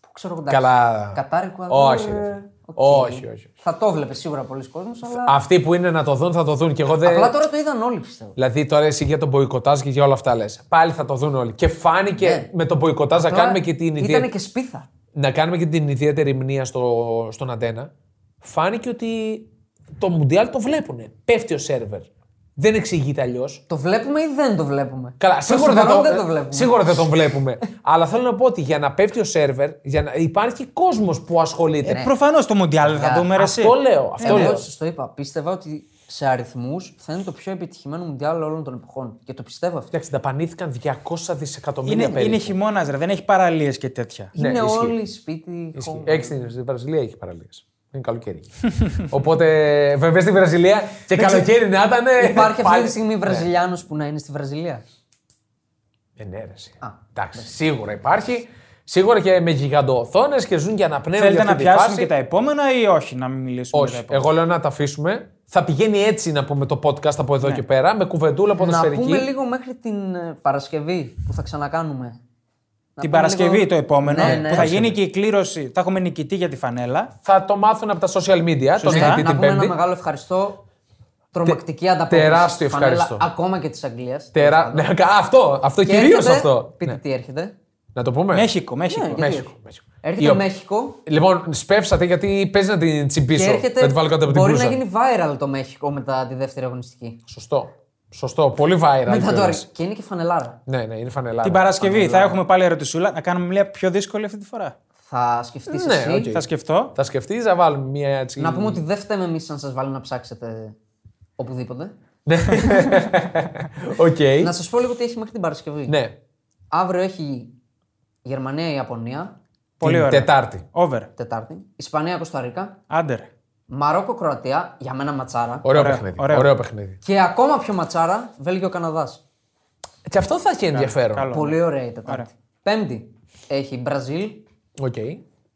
[SPEAKER 2] Που ξέρω εντάξει.
[SPEAKER 1] Καλά.
[SPEAKER 2] Κατάρ, Εκουαδόρ.
[SPEAKER 1] Όχι, ρε φίλε.
[SPEAKER 2] ε, οκ.
[SPEAKER 1] Όχι, όχι.
[SPEAKER 2] Θα το βλέπεις σίγουρα πολλοί κόσμος, αλλά.
[SPEAKER 1] Αυτοί που είναι να το δουν θα το δουν. Και εγώ δεν...
[SPEAKER 2] Απλά τώρα το είδαν όλοι πιστεύω.
[SPEAKER 1] Δηλαδή τώρα εσύ για τον μποϊκοτάζ και για όλα αυτά λες. Πάλι θα το δουν όλοι. Και φάνηκε
[SPEAKER 2] Ναι.
[SPEAKER 1] με τον μποϊκοτάζ να κάνουμε, και την ιδιαίτερη-
[SPEAKER 2] Ήταν και σπίθα.
[SPEAKER 1] να κάνουμε και την ιδιαίτερη μνήμα στο... στον αντένα. Φάνηκε ότι το Μουντιάλ το βλέπουνε. Πέφτει ο σερβερ. Δεν εξηγείται αλλιώς.
[SPEAKER 2] Το βλέπουμε ή δεν το βλέπουμε.
[SPEAKER 1] Καλά,
[SPEAKER 2] Προς
[SPEAKER 1] σίγουρα
[SPEAKER 2] το
[SPEAKER 1] δεν,
[SPEAKER 2] παρόν
[SPEAKER 1] το,
[SPEAKER 2] δεν το βλέπουμε.
[SPEAKER 1] σίγουρα δεν τον βλέπουμε. Αλλά θέλω να πω ότι για να πέφτει ο σερβερ, για να... υπάρχει κόσμος που ασχολείται.
[SPEAKER 2] ναι.
[SPEAKER 3] Προφανώ Ε, το Μοντιάλ δεν θα
[SPEAKER 2] Παιδιά,
[SPEAKER 3] δούμε ρε, εσύ.
[SPEAKER 1] Αυτό λέω. Αυτό
[SPEAKER 2] Εγώ
[SPEAKER 1] λέω.
[SPEAKER 2] σας το είπα. Πίστευα ότι σε αριθμούς θα είναι το πιο επιτυχημένο μουντιάλ όλων των εποχών. Και το πιστεύω αυτό.
[SPEAKER 1] Εντάξει, δαπανήθηκαν 200 δισεκατομμύρια
[SPEAKER 3] Είναι,
[SPEAKER 1] περίπου.
[SPEAKER 3] είναι χειμώνας, ρε. Δεν έχει παραλίες και τέτοια.
[SPEAKER 1] Ναι,
[SPEAKER 2] είναι
[SPEAKER 1] ισχύει.
[SPEAKER 2] όλοι σπίτι.
[SPEAKER 1] Ισχύει. Ε,
[SPEAKER 2] home.
[SPEAKER 1] Έξι στην Βραζιλία έχει παραλίες. Είναι καλοκαίρι. Οπότε βέβαια στη Βραζιλία και καλοκαίρι να ήταν.
[SPEAKER 2] Υπάρχει αυτή
[SPEAKER 1] ε, πάλι- Ναι.
[SPEAKER 2] τη στιγμή Βραζιλιάνος που να είναι στη Βραζιλία.
[SPEAKER 1] Ενέρεση.
[SPEAKER 2] Α,
[SPEAKER 1] ναι, Εντάξει, σίγουρα υπάρχει. Σίγουρα και με γιγαντοοθόνε και ζουν για να πνέουν.
[SPEAKER 3] Θέλετε
[SPEAKER 1] για
[SPEAKER 3] να
[SPEAKER 1] αυτή τη
[SPEAKER 3] πιάσουν
[SPEAKER 1] φάση.
[SPEAKER 3] και τα επόμενα ή όχι, να μην μιλήσουμε για τα
[SPEAKER 1] Όχι.
[SPEAKER 3] επόμενα.
[SPEAKER 1] Εγώ λέω να τα αφήσουμε. Θα πηγαίνει έτσι να πούμε το podcast από εδώ και πέρα, με κουβεντούλα
[SPEAKER 2] Ναι. Να
[SPEAKER 1] ποδοσφαιρική.
[SPEAKER 2] πούμε λίγο μέχρι την ε, Παρασκευή που θα ξανακάνουμε. Να πούμε
[SPEAKER 3] Την Παρασκευή
[SPEAKER 2] λίγο-
[SPEAKER 3] το επόμενο
[SPEAKER 1] ε,
[SPEAKER 2] Ναι, ναι.
[SPEAKER 3] που θα γίνει και η κλήρωση. Θα έχουμε νικητή για τη φανέλα.
[SPEAKER 1] Θα το μάθουν από τα social media, τον
[SPEAKER 2] Ναι,
[SPEAKER 1] νικητή
[SPEAKER 2] να
[SPEAKER 1] την
[SPEAKER 2] πούμε ένα
[SPEAKER 1] Πέμπτη.
[SPEAKER 2] μεγάλο ευχαριστώ. Τρομακτική ανταπόκριση.
[SPEAKER 1] τεράστιο
[SPEAKER 2] στη φανέλα,
[SPEAKER 1] ευχαριστώ.
[SPEAKER 2] Ακόμα και της Αγγλίας.
[SPEAKER 1] Τερα... Ναι, κα- Αυτό, αυτό κυρίω αυτό.
[SPEAKER 2] Πείτε
[SPEAKER 1] Ναι.
[SPEAKER 2] τι έρχεται.
[SPEAKER 1] Να το πούμε.
[SPEAKER 3] Μέχικο, Μέχικο.
[SPEAKER 2] γιατί
[SPEAKER 1] Μέχικο.
[SPEAKER 2] όχι.
[SPEAKER 1] Μέχικο.
[SPEAKER 2] Έρχεται
[SPEAKER 1] Η ο-
[SPEAKER 2] Μέχικο.
[SPEAKER 1] Λοιπόν, σπεύσατε γιατί παίζει να την τσιμπήσω.
[SPEAKER 2] Και έρχεται.
[SPEAKER 1] να τη βάλω κάτω από την
[SPEAKER 2] μπορεί να
[SPEAKER 1] μπλούζα.
[SPEAKER 2] γίνει viral το Μέχικο μετά τη δεύτερη αγωνιστική.
[SPEAKER 1] Σωστό. Σωστό. Πολύ viral.
[SPEAKER 2] Μετά το
[SPEAKER 1] κιόλας.
[SPEAKER 2] αρχ- Και είναι και φανελάρα.
[SPEAKER 1] Ναι, ναι, είναι φανελά.
[SPEAKER 3] Την Παρασκευή θα έχουμε πάλι ερωτησούλα. Να κάνουμε μια πιο δύσκολη αυτή τη φορά.
[SPEAKER 2] Θα σκεφτείς
[SPEAKER 1] Ναι,
[SPEAKER 2] εσύ.
[SPEAKER 1] οκ.
[SPEAKER 3] Θα σκεφτώ.
[SPEAKER 1] Θα σκεφτείς, θα βάλουμε μια έτσι.
[SPEAKER 2] Να πούμε ότι δεν φταίμε εμείς αν σας βάλει να ψάξετε οπουδήποτε.
[SPEAKER 1] Ναι. Οκ.
[SPEAKER 2] Να σας πω λίγο τι έχει μέχρι την Παρασκευή.
[SPEAKER 1] Ναι.
[SPEAKER 2] Αύριο έχει Γερμανία-Ιαπωνία,
[SPEAKER 3] Πολύ
[SPEAKER 1] Την
[SPEAKER 3] ωραία.
[SPEAKER 1] Τετάρτη.
[SPEAKER 3] Over.
[SPEAKER 2] Τετάρτη. Ισπανία-Κωνσταντίνα.
[SPEAKER 3] Άντερ.
[SPEAKER 2] Μαρόκο-Κροατία, για μένα ματσάρα.
[SPEAKER 1] Ωραίο,
[SPEAKER 3] Ωραία,
[SPEAKER 1] παιχνίδι.
[SPEAKER 3] ωραίο.
[SPEAKER 1] Ωραίο παιχνίδι.
[SPEAKER 2] Και ακόμα πιο ματσάρα, Βέλγιο-Καναδά.
[SPEAKER 1] Και αυτό θα έχει ενδιαφέρον.
[SPEAKER 3] Καλό.
[SPEAKER 2] Πολύ ωραία η Τετάρτη.
[SPEAKER 3] Ωραία.
[SPEAKER 2] Πέμπτη έχει Μπραζίλ
[SPEAKER 1] Οκ.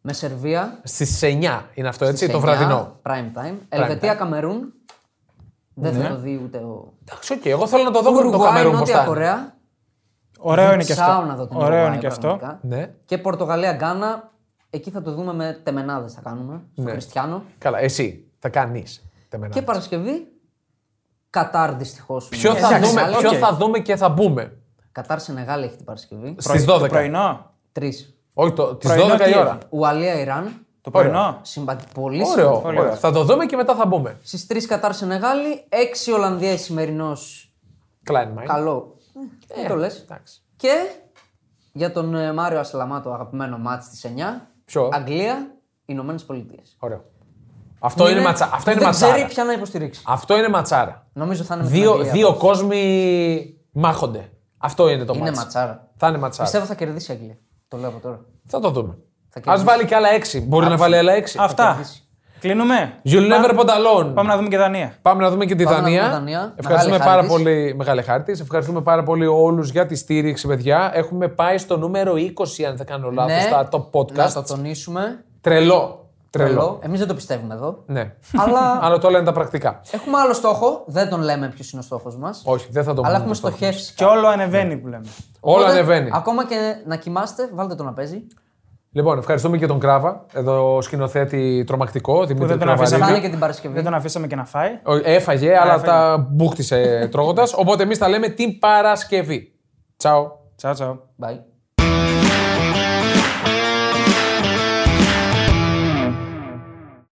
[SPEAKER 2] με Σερβία.
[SPEAKER 1] Στις 9 είναι αυτό, έτσι,
[SPEAKER 2] στις
[SPEAKER 1] το
[SPEAKER 2] 9,
[SPEAKER 1] βραδινό.
[SPEAKER 2] Prime time. Ελβετία, Καμερούν. Δεν θα το δει ούτε ο.
[SPEAKER 1] Εντάξει, οκ. Εγώ θέλω να το δω με το
[SPEAKER 2] Ουρουγουάη,
[SPEAKER 1] Καμερούν πώ
[SPEAKER 2] Νότια
[SPEAKER 1] θα είναι.
[SPEAKER 2] Κορέα.
[SPEAKER 3] Ωραίο είναι και
[SPEAKER 2] Τσάω
[SPEAKER 3] αυτό.
[SPEAKER 2] να δω την
[SPEAKER 3] Ωραίο
[SPEAKER 2] Ουρουγουάη,
[SPEAKER 3] είναι και αυτό.
[SPEAKER 2] πραγματικά.
[SPEAKER 1] Ναι.
[SPEAKER 2] Και Πορτογαλία, Γκάνα. Εκεί θα το δούμε με τεμενάδες θα κάνουμε. Στο Χριστιανό.
[SPEAKER 1] Καλά, εσύ. Θα κάνεις.
[SPEAKER 2] Και Παρασκευή. Κατάρ δυστυχώς.
[SPEAKER 1] Ποιο, θα
[SPEAKER 3] Εντάξει,
[SPEAKER 1] δούμε,
[SPEAKER 3] αλλά
[SPEAKER 1] ποιο
[SPEAKER 3] οκ.
[SPEAKER 1] θα δούμε και θα μπούμε.
[SPEAKER 2] Κατάρ Σενεγάλη έχει την Παρασκευή.
[SPEAKER 1] Στις
[SPEAKER 3] Το
[SPEAKER 1] 12.
[SPEAKER 3] πρωινό.
[SPEAKER 2] Τρεις.
[SPEAKER 1] Όχι, το- τις
[SPEAKER 3] Πρωινό
[SPEAKER 1] 12
[SPEAKER 3] τι
[SPEAKER 1] η
[SPEAKER 3] είναι?
[SPEAKER 1] ώρα.
[SPEAKER 2] Ουαλία, Ιράν.
[SPEAKER 3] Το πρωινό.
[SPEAKER 2] Συμπα... Πολύ
[SPEAKER 1] Ωραίο,
[SPEAKER 3] Πολύ
[SPEAKER 1] ωραίο.
[SPEAKER 3] ωραίο.
[SPEAKER 1] Θα το δούμε και μετά θα μπούμε.
[SPEAKER 2] Στις 3 Κατάρ Σενεγάλη, 6 Ολλανδίας σημερινός.
[SPEAKER 1] Κλάιν Μάιν.
[SPEAKER 2] Καλό. Ε, δεν το λες.
[SPEAKER 1] εντάξει.
[SPEAKER 2] Και για τον ε, Μάριο Ασλαμά, το αγαπημένο μάτ της 9.
[SPEAKER 1] Ποιο?
[SPEAKER 2] Αγγλία, Ηνωμένες Πολιτείες.
[SPEAKER 1] Ωραίο. Αυτό είναι, ματσα... αυτό είναι
[SPEAKER 2] δεν
[SPEAKER 1] ματσάρα.
[SPEAKER 2] ξέρει ποια να υποστηρίξει.
[SPEAKER 1] Αυτό είναι ματσάρα.
[SPEAKER 2] Νομίζω θα είναι με την
[SPEAKER 1] Δύο,
[SPEAKER 2] Αγγλία.
[SPEAKER 1] δύο κόσμοι μάχονται. Αυτό είναι το
[SPEAKER 2] Είναι
[SPEAKER 1] μάτς.
[SPEAKER 2] ματσάρα.
[SPEAKER 1] Θα είναι ματσάρα.
[SPEAKER 2] Πιστεύω θα κερδίσει η Αγγλία. Το λέω από τώρα.
[SPEAKER 1] Θα το δούμε.
[SPEAKER 2] Θα
[SPEAKER 1] Ας
[SPEAKER 2] κερδίσει.
[SPEAKER 1] βάλει και άλλα έξι. Μπορεί να βάλει άλλα έξι.
[SPEAKER 3] Αυτά.
[SPEAKER 2] κερδίσει.
[SPEAKER 3] Κλείνουμε.
[SPEAKER 1] You'll never put alone.
[SPEAKER 3] Πάμε να δούμε και Δανία.
[SPEAKER 1] Πάμε να δούμε και τη
[SPEAKER 2] Πάμε να δούμε
[SPEAKER 1] Δανία.
[SPEAKER 2] Δανία.
[SPEAKER 1] Ευχαριστούμε
[SPEAKER 2] Μεγάλη
[SPEAKER 1] πάρα
[SPEAKER 2] χάρη της.
[SPEAKER 1] πολύ, Μεγάλη Χάρτη. Ευχαριστούμε πάρα πολύ όλους για τη στήριξη, παιδιά. Έχουμε πάει στο νούμερο 20, αν δεν κάνω λάθος, στα top
[SPEAKER 2] Ναι, Να
[SPEAKER 1] podcast.
[SPEAKER 2] το τονίσουμε.
[SPEAKER 1] Τρελό. Τρελό.
[SPEAKER 2] Εμείς δεν το πιστεύουμε εδώ.
[SPEAKER 1] Ναι.
[SPEAKER 2] αλλά
[SPEAKER 1] Αλλά το λένε τα πρακτικά.
[SPEAKER 2] έχουμε άλλο στόχο. Δεν τον λέμε ποιος είναι ο στόχος μας.
[SPEAKER 1] Όχι, δεν θα το πούμε.
[SPEAKER 2] Αλλά έχουμε
[SPEAKER 1] το στόχο.
[SPEAKER 2] στοχεύσει.
[SPEAKER 1] Ναι.
[SPEAKER 3] Και όλο ανεβαίνει που λέμε.
[SPEAKER 1] Όλο
[SPEAKER 2] Οπότε,
[SPEAKER 1] ανεβαίνει.
[SPEAKER 2] Ακόμα και να κοιμάστε, βάλτε το να παίζει.
[SPEAKER 1] Λοιπόν, ευχαριστούμε και τον Κράβα, εδώ σκηνοθέτη τρομακτικό,
[SPEAKER 3] Που
[SPEAKER 1] Δημήτρη
[SPEAKER 3] δεν τον,
[SPEAKER 1] Κραβαλίδη.
[SPEAKER 2] αφήσαμε.
[SPEAKER 3] αφήσαμε,
[SPEAKER 2] Φάνε και την Παρασκευή.
[SPEAKER 3] δεν τον αφήσαμε και να φάει.
[SPEAKER 1] Ο- Έφαγε, αλλά
[SPEAKER 3] έφαγε.
[SPEAKER 1] τα μπούχτισε τρώγοντας. Οπότε εμείς τα λέμε την Παρασκευή. Τσαο.
[SPEAKER 3] Τσαο, τσαο.
[SPEAKER 2] Bye.